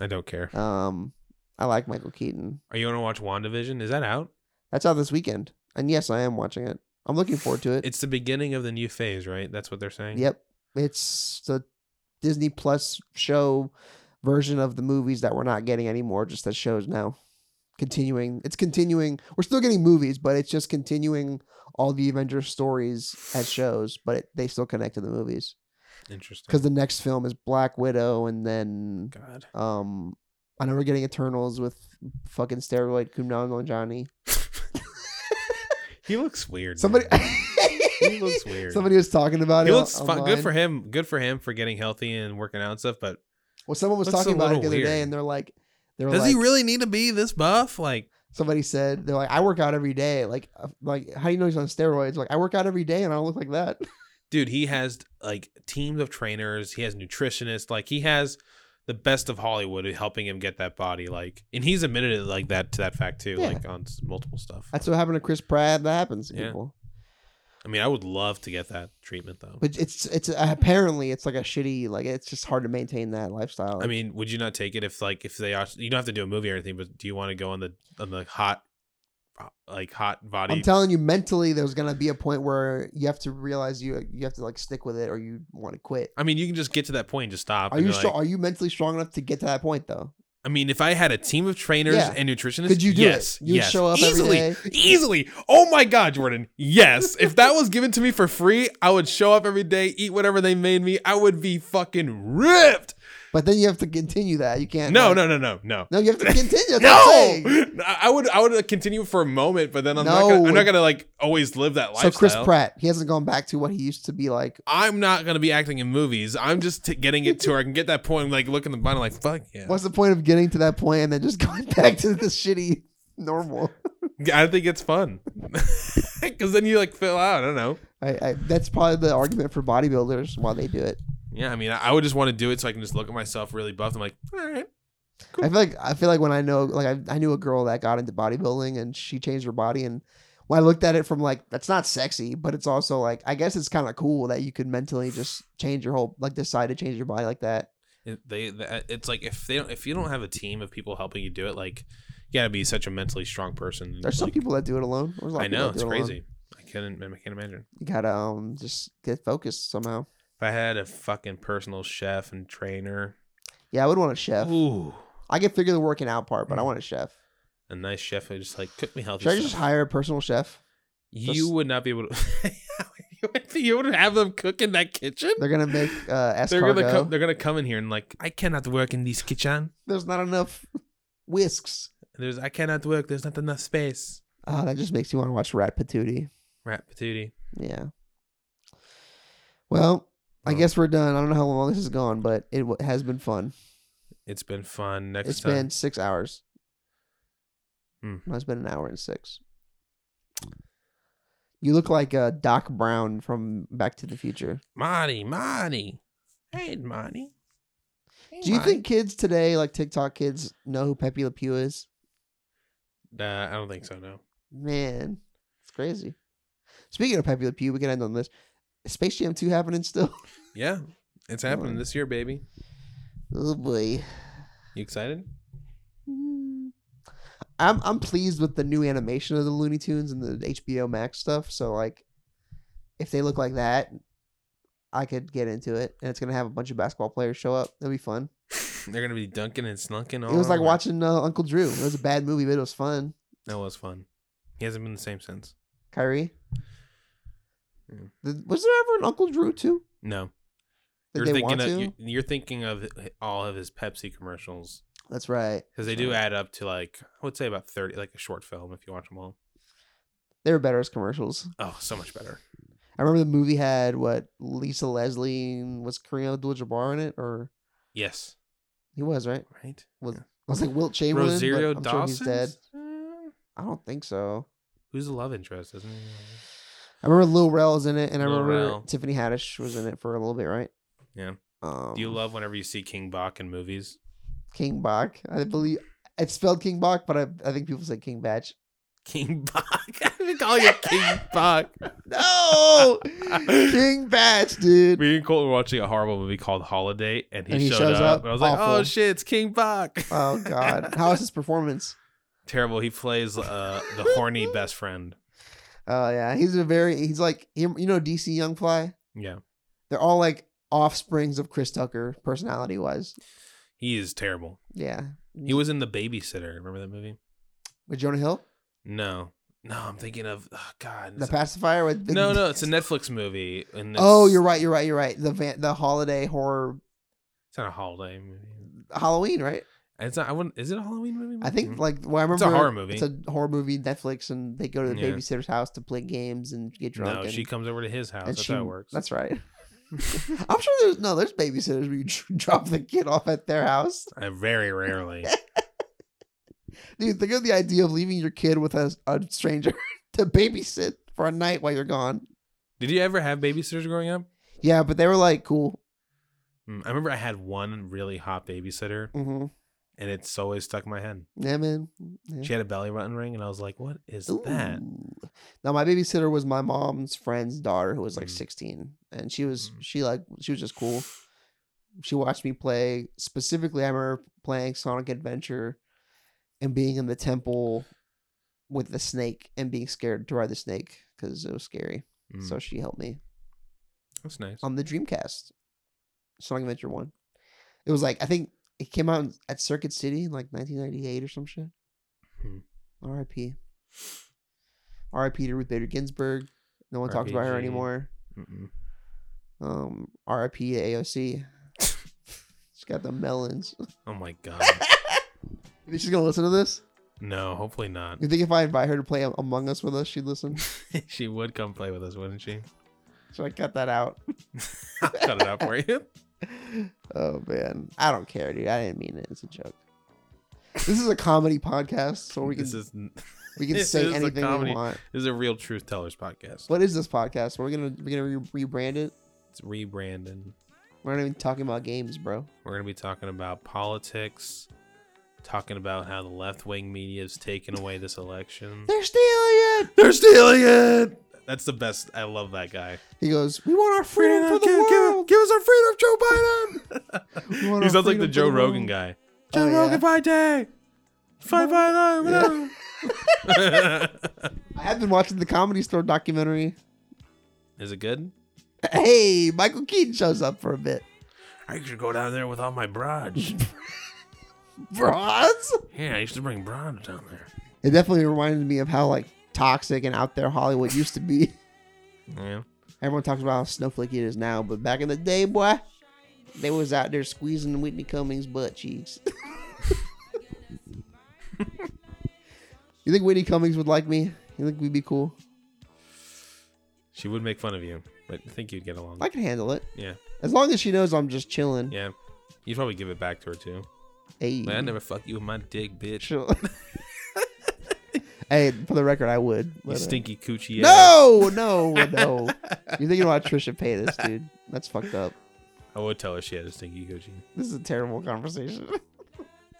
Speaker 3: I don't care.
Speaker 2: Um, I like Michael Keaton.
Speaker 3: Are you gonna watch Wandavision? Is that out?
Speaker 2: That's out this weekend, and yes, I am watching it. I'm looking forward to it.
Speaker 3: It's the beginning of the new phase, right? That's what they're saying.
Speaker 2: yep, it's the Disney Plus show version of the movies that we're not getting anymore. Just the shows now. Continuing, it's continuing. We're still getting movies, but it's just continuing all the Avengers stories as shows, but it, they still connect to the movies
Speaker 3: Interesting.
Speaker 2: because the next film is Black Widow, and then
Speaker 3: God.
Speaker 2: um, I know we're getting Eternals with fucking steroid Kumano Johnny.
Speaker 3: He looks weird.
Speaker 2: Somebody
Speaker 3: man. he looks weird.
Speaker 2: Somebody was talking about
Speaker 3: He
Speaker 2: it.
Speaker 3: looks fun. Good
Speaker 2: online.
Speaker 3: for him. Good for him for getting healthy and working out and stuff. But
Speaker 2: Well, someone was
Speaker 3: Looks a
Speaker 2: talking about it
Speaker 3: little
Speaker 2: the other day,
Speaker 3: weird.
Speaker 2: and they're like, they're
Speaker 3: does
Speaker 2: like,
Speaker 3: he really need to be this buff? Like,
Speaker 2: Somebody said they're like, I work out every day. Like, uh, like how do you know he's on steroids? Like, I work out every day, and I don't look like that.
Speaker 3: dude, he has like teams of trainers. He has nutritionists. Like, he has the best of Hollywood helping him get that body. Like, and he's admitted it like that to that fact too.
Speaker 2: Yeah.
Speaker 3: Like on s- multiple stuff.
Speaker 2: That's what happened to Chris Pratt. That happens to
Speaker 3: Yeah.
Speaker 2: people.
Speaker 3: I mean, I would love to get that treatment though.
Speaker 2: But it's it's uh, apparently it's like a shitty like it's just hard to maintain that lifestyle.
Speaker 3: I mean, would you not take it if like if they asked- you don't have to do a movie or anything? But do you want to go on the on the hot like hot body.
Speaker 2: I'm telling you, mentally, there's gonna be a point where you have to realize you you have to like stick with it, or you want to quit.
Speaker 3: I mean, you can just get to that point and just stop.
Speaker 2: Are
Speaker 3: and
Speaker 2: you
Speaker 3: be like-
Speaker 2: stro- are you mentally strong enough to get to that point though?
Speaker 3: I mean, if I had a team of trainers
Speaker 2: Yeah.
Speaker 3: and nutritionists,
Speaker 2: Could you do
Speaker 3: yes,
Speaker 2: it? You would
Speaker 3: yes.
Speaker 2: show up
Speaker 3: easily,
Speaker 2: every day.
Speaker 3: easily. Oh my God, Jordan, yes. if that was given to me for free, I would show up every day, eat whatever they made me. I would be fucking ripped.
Speaker 2: But then you have to continue that. You can't.
Speaker 3: No,
Speaker 2: like-
Speaker 3: no, no, no, no.
Speaker 2: no. You have to continue. That's what I'm
Speaker 3: No,
Speaker 2: saying.
Speaker 3: I I would I would continue for a moment, but then I'm not
Speaker 2: No.
Speaker 3: gonna, I'm not gonna like always live that
Speaker 2: So
Speaker 3: lifestyle.
Speaker 2: Chris Pratt, he hasn't gone back to what he used to be like.
Speaker 3: I'm not gonna be acting in movies. I'm just t- getting it to where I can get that point. Like look in the bottom, like fuck yeah.
Speaker 2: What's the point of getting to that point and then just going back to the shitty normal?
Speaker 3: I think it's fun because then you like fill out. I don't know.
Speaker 2: I, I, that's probably the argument for bodybuilders why they do it.
Speaker 3: Yeah, I mean, I I would just want to do it so I can just look at myself really buff. I'm like, all right,
Speaker 2: I feel like I feel like when I know like I, I knew a girl that got into bodybuilding and she changed her body and when I looked at it from like that's not sexy, but it's also like I guess it's kind of cool that you could mentally just change your whole like decide to change your body like that.
Speaker 3: It- they, th- it's like if they don't, if you don't have a team of people helping you do it, like you gotta be such a mentally strong person.
Speaker 2: There's some
Speaker 3: Like,
Speaker 2: people that do it alone. There's a lot
Speaker 3: I
Speaker 2: of people
Speaker 3: know
Speaker 2: that
Speaker 3: it's
Speaker 2: do it alone.
Speaker 3: crazy. I couldn't, I can't imagine.
Speaker 2: You gotta um just get focused somehow.
Speaker 3: If I had a fucking personal chef and trainer,
Speaker 2: Yeah, I would want a chef.
Speaker 3: ooh,
Speaker 2: I can figure the working out part, but I want a chef.
Speaker 3: a nice chef who just like cook me healthy.
Speaker 2: Should I just
Speaker 3: stuff.
Speaker 2: hire a personal chef?
Speaker 3: you would not be able to. you wouldn't be able to have them cook in that kitchen.
Speaker 2: They're gonna make uh,
Speaker 3: They're
Speaker 2: escargot.
Speaker 3: gonna come. They're gonna come in here and like, I cannot work in this kitchen.
Speaker 2: There's not enough whisks.
Speaker 3: There's, I cannot work. There's not enough space.
Speaker 2: Oh, that just makes you want to watch Rat Patootie.
Speaker 3: Rat patootie.
Speaker 2: Yeah. Well, I
Speaker 3: Well.
Speaker 2: guess we're done. I don't know how long this has gone, but it w- has been fun.
Speaker 3: It's been fun. Next
Speaker 2: It's
Speaker 3: time,
Speaker 2: been six hours.
Speaker 3: Hmm.
Speaker 2: No, it's been an hour and six. You look like uh, Doc Brown from Back to the Future.
Speaker 3: Monty, Monty. Hey, Monty. Hey,
Speaker 2: Do you
Speaker 3: Monty.
Speaker 2: think kids today, like TikTok kids, know who Pepe Le Pew is?
Speaker 3: Nah, I don't think so. No.
Speaker 2: Man, it's crazy. Speaking of Pepe Le Pew, we can end on this. Is Space Jam 2 happening still?
Speaker 3: Yeah, it's happening this year, baby.
Speaker 2: oh boy.
Speaker 3: You excited?
Speaker 2: Mm. I'm I'm pleased with the new animation of the Looney Tunes and the HBO Max stuff. So like if they look like that, I could get into it. And it's gonna have a bunch of basketball players show up. That'll be fun.
Speaker 3: They're gonna be dunking and snunking. All
Speaker 2: It was like
Speaker 3: over.
Speaker 2: watching uh, Uncle Drew. It was a bad movie, but it was fun.
Speaker 3: That was fun. He hasn't been the same since.
Speaker 2: Kyrie.
Speaker 3: Yeah.
Speaker 2: Th- Was there ever an Uncle Drew too?
Speaker 3: No.
Speaker 2: Did they
Speaker 3: thinking
Speaker 2: want
Speaker 3: of
Speaker 2: to?
Speaker 3: You're, you're thinking of all of his Pepsi commercials
Speaker 2: That's right.
Speaker 3: because they do add up to like I would say about thirty, like a short film if you watch them all.
Speaker 2: They were better as commercials.
Speaker 3: Oh, so much better.
Speaker 2: I remember the movie had what Lisa Leslie and was Kareem Abdul-Jabbar in it, or
Speaker 3: Yes.
Speaker 2: he was right.
Speaker 3: Right.
Speaker 2: Was
Speaker 3: Yeah.
Speaker 2: was like Wilt Chamberlain. but
Speaker 3: Rosario
Speaker 2: I'm sure
Speaker 3: Dawson.
Speaker 2: he's dead. I don't think so.
Speaker 3: Who's the love interest? Isn't he?
Speaker 2: I remember Lil Rel was in it, and I
Speaker 3: Lil
Speaker 2: remember
Speaker 3: Rel.
Speaker 2: Tiffany Haddish was in it for a little bit, right?
Speaker 3: Yeah.
Speaker 2: Um,
Speaker 3: Do you love whenever you see King Bach in movies?
Speaker 2: King Bach? I believe it's spelled King Bach, but I, I think people say King Batch.
Speaker 3: King Bach. I've been calling you King Bach.
Speaker 2: No, King Batch, dude.
Speaker 3: Me and Colt were watching a horrible movie called Holiday, and he,
Speaker 2: And he
Speaker 3: showed
Speaker 2: shows
Speaker 3: up.
Speaker 2: up.
Speaker 3: And I was like, "Oh
Speaker 2: Awful.
Speaker 3: shit, it's King Bach."
Speaker 2: Oh God, how is his performance?
Speaker 3: Terrible. He plays uh, the horny best friend.
Speaker 2: Oh yeah, he's a very he's like you you know DC Young Fly.
Speaker 3: Yeah,
Speaker 2: They're all like offsprings of Chris Tucker, personality wise.
Speaker 3: he is terrible.
Speaker 2: Yeah,
Speaker 3: He was in The Babysitter. Remember that movie?
Speaker 2: with Jonah Hill,
Speaker 3: No, no. I'm thinking of oh, God.
Speaker 2: the
Speaker 3: it's a-
Speaker 2: pacifier with Vin
Speaker 3: no, no. It's a Netflix movie. And it's,
Speaker 2: Oh, you're right. You're right. You're right. The van, the holiday horror
Speaker 3: It's not a holiday movie.
Speaker 2: Halloween, right?
Speaker 3: It's not. I wouldn't. Is it a Halloween movie?
Speaker 2: I
Speaker 3: Mm.
Speaker 2: think like well, I remember
Speaker 3: horror movie.
Speaker 2: It's a horror movie. Netflix, and they go to the
Speaker 3: Yeah.
Speaker 2: babysitter's house to play games and get drunk.
Speaker 3: no.
Speaker 2: and,
Speaker 3: She comes over to his house.
Speaker 2: and
Speaker 3: That's
Speaker 2: she-
Speaker 3: how it works.
Speaker 2: That's right. I'm sure there's no there's babysitters where you dr- drop the kid off at their house.
Speaker 3: I very rarely.
Speaker 2: Dude, think of the idea of leaving your kid with a, a stranger to babysit for a night while you're gone.
Speaker 3: Did you ever have babysitters growing up?
Speaker 2: Yeah, but they were like cool.
Speaker 3: Mm, I remember I had one really hot babysitter,
Speaker 2: Mm-hmm.
Speaker 3: and it's always stuck in my head.
Speaker 2: Yeah, man. Yeah.
Speaker 3: She had a belly button ring, and I was like, "What is that?"
Speaker 2: Ooh. Now my babysitter was my mom's friend's daughter who was like
Speaker 3: Mm.
Speaker 2: 16 and she was
Speaker 3: Mm.
Speaker 2: she like she was just cool. She watched me play specifically I remember playing Sonic Adventure and being in the temple with the snake and being scared to ride the snake because it was scary.
Speaker 3: Mm,
Speaker 2: So Oh. she helped me
Speaker 3: that's nice.
Speaker 2: on the Dreamcast, Sonic Adventure One. It was like I think it came out in- at Circuit City in like 1998 or some shit.
Speaker 3: Hmm.
Speaker 2: R.I.P. R.I.P. to Ruth Bader Ginsburg. No one talks about her
Speaker 3: RPG.
Speaker 2: anymore.
Speaker 3: Mm-mm.
Speaker 2: Um, R.I.P. to AOC. she's got the melons.
Speaker 3: Oh my god.
Speaker 2: You think she's gonna listen to this?
Speaker 3: no, hopefully not.
Speaker 2: You think if I invite her to play Among Us with us, she'd listen?
Speaker 3: she would come play with us, wouldn't she?
Speaker 2: Should I cut that out?
Speaker 3: I'll cut it out for you.
Speaker 2: Oh man, I don't care, dude. I didn't mean it. It's a joke. This is a comedy podcast, so we can
Speaker 3: this is this
Speaker 2: we can
Speaker 3: this
Speaker 2: say
Speaker 3: is a
Speaker 2: anything we
Speaker 3: comedy.
Speaker 2: want.
Speaker 3: is a real truth tellers podcast.
Speaker 2: What is this podcast? We're gonna we're gonna re- rebrand it.
Speaker 3: It's rebranding.
Speaker 2: We're not even talking about games, bro.
Speaker 3: We're gonna be talking about politics, talking about how the left wing media has taken away this election.
Speaker 2: They're stealing it.
Speaker 3: They're stealing it. That's the best. I love that guy.
Speaker 2: He goes, "We want our freedom for the world."
Speaker 3: us our freedom, Joe Biden.
Speaker 2: We want
Speaker 3: he
Speaker 2: our
Speaker 3: sounds like
Speaker 2: freedom
Speaker 3: the
Speaker 2: for
Speaker 3: Joe
Speaker 2: the
Speaker 3: Rogan
Speaker 2: world.
Speaker 3: guy.
Speaker 2: Oh, yeah.
Speaker 3: fight day. Fight by
Speaker 2: Yeah. I have been watching the Comedy Store documentary.
Speaker 3: Is it good?
Speaker 2: Hey, Michael Keaton shows up for a bit.
Speaker 3: I used to go down there with all my broads.
Speaker 2: Bros.
Speaker 3: yeah, I used to bring broads down there.
Speaker 2: It definitely reminded me of how like toxic and out there Hollywood used to be.
Speaker 3: Yeah.
Speaker 2: Everyone talks about how snowflake it is now, but back in the day, boy, they was out there squeezing Whitney Cummings' butt cheeks. you think Whitney Cummings would like me? You think we'd be cool?
Speaker 3: She would make fun of you, but I think you'd get along.
Speaker 2: I can handle it.
Speaker 3: Yeah.
Speaker 2: As long as she knows I'm just chilling.
Speaker 3: Yeah. You'd probably give it back to her too.
Speaker 2: Hey,
Speaker 3: Like, I never fuck you with my dick, bitch.
Speaker 2: chill. hey, for the record, I would.
Speaker 3: You
Speaker 2: but, uh,
Speaker 3: stinky coochie. ass.
Speaker 2: No, no, no. You're thinking about Trisha Paytas, dude. That's fucked up.
Speaker 3: I would tell her she had a stinky coochie.
Speaker 2: This is a terrible conversation.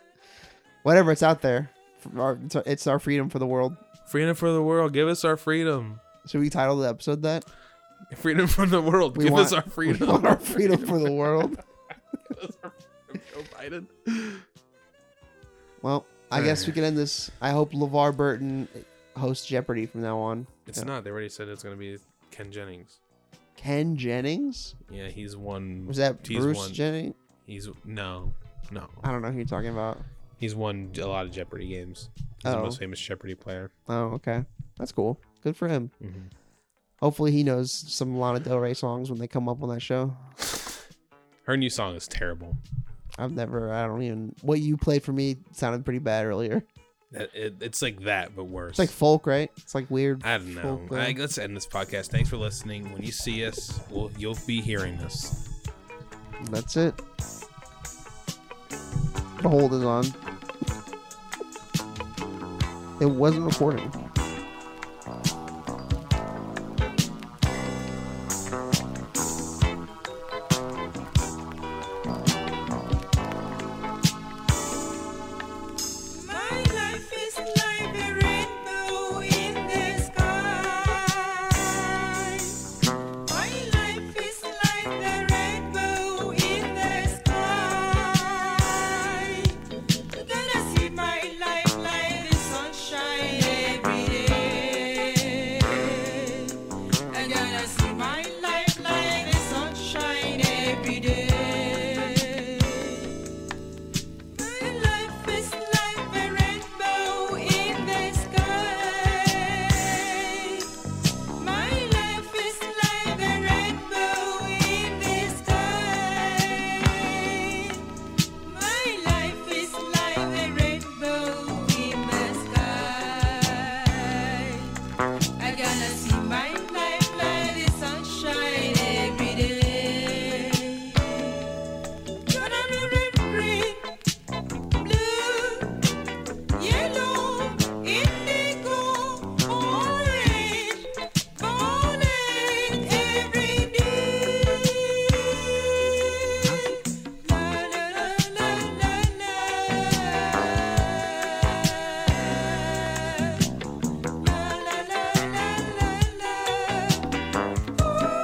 Speaker 2: Whatever, it's out there. For our- it's our- It's our freedom for the world.
Speaker 3: Freedom for the world. Give us our freedom.
Speaker 2: Should we title the episode that?
Speaker 3: Freedom from the world.
Speaker 2: We
Speaker 3: give
Speaker 2: want-
Speaker 3: us our
Speaker 2: We
Speaker 3: freedom.
Speaker 2: want our freedom for the world.
Speaker 3: Give us our freedom, Joe Biden.
Speaker 2: Well, I guess we can end this. I hope LeVar Burton hosts Jeopardy from now on.
Speaker 3: It's
Speaker 2: Yeah.
Speaker 3: not. They already said it's gonna be Ken Jennings.
Speaker 2: Ken Jennings?
Speaker 3: Yeah, he's one.
Speaker 2: Was that
Speaker 3: he's
Speaker 2: Bruce Oh.
Speaker 3: One,
Speaker 2: Jennings?
Speaker 3: he's no, no.
Speaker 2: I don't know who you're talking about.
Speaker 3: He's won a lot of Jeopardy games. He's the
Speaker 2: Oh.
Speaker 3: most famous Jeopardy player.
Speaker 2: Oh, okay. That's cool. Good for him. Hopefully he knows some Lana Del Rey songs when they come up on that show.
Speaker 3: Her new song is terrible.
Speaker 2: I've never, I don't even, what you played for me sounded pretty bad earlier.
Speaker 3: It, it- it's like that, but worse.
Speaker 2: It's like folk, right? It's like weird.
Speaker 3: I don't know.
Speaker 2: folk, uh,
Speaker 3: I, let's end this podcast. Thanks for listening. When you see us, we'll, you'll be hearing us.
Speaker 2: That's it. The hold is on. It wasn't recording.
Speaker 5: My life is like a rainbow in the sky. My life is like a rainbow in the sky. Gonna see my life like the sunshine every day. I'm gonna see my life like the sunshine every day. My life is like a rainbow in the sky. My life is like a rainbow in the sky. My life is like a rainbow in the sky. I gotta see my life like the sunshine every day. Gonna be red, green, blue, yellow, indigo, orange, violet, every day. La la la la la. La la la la la la.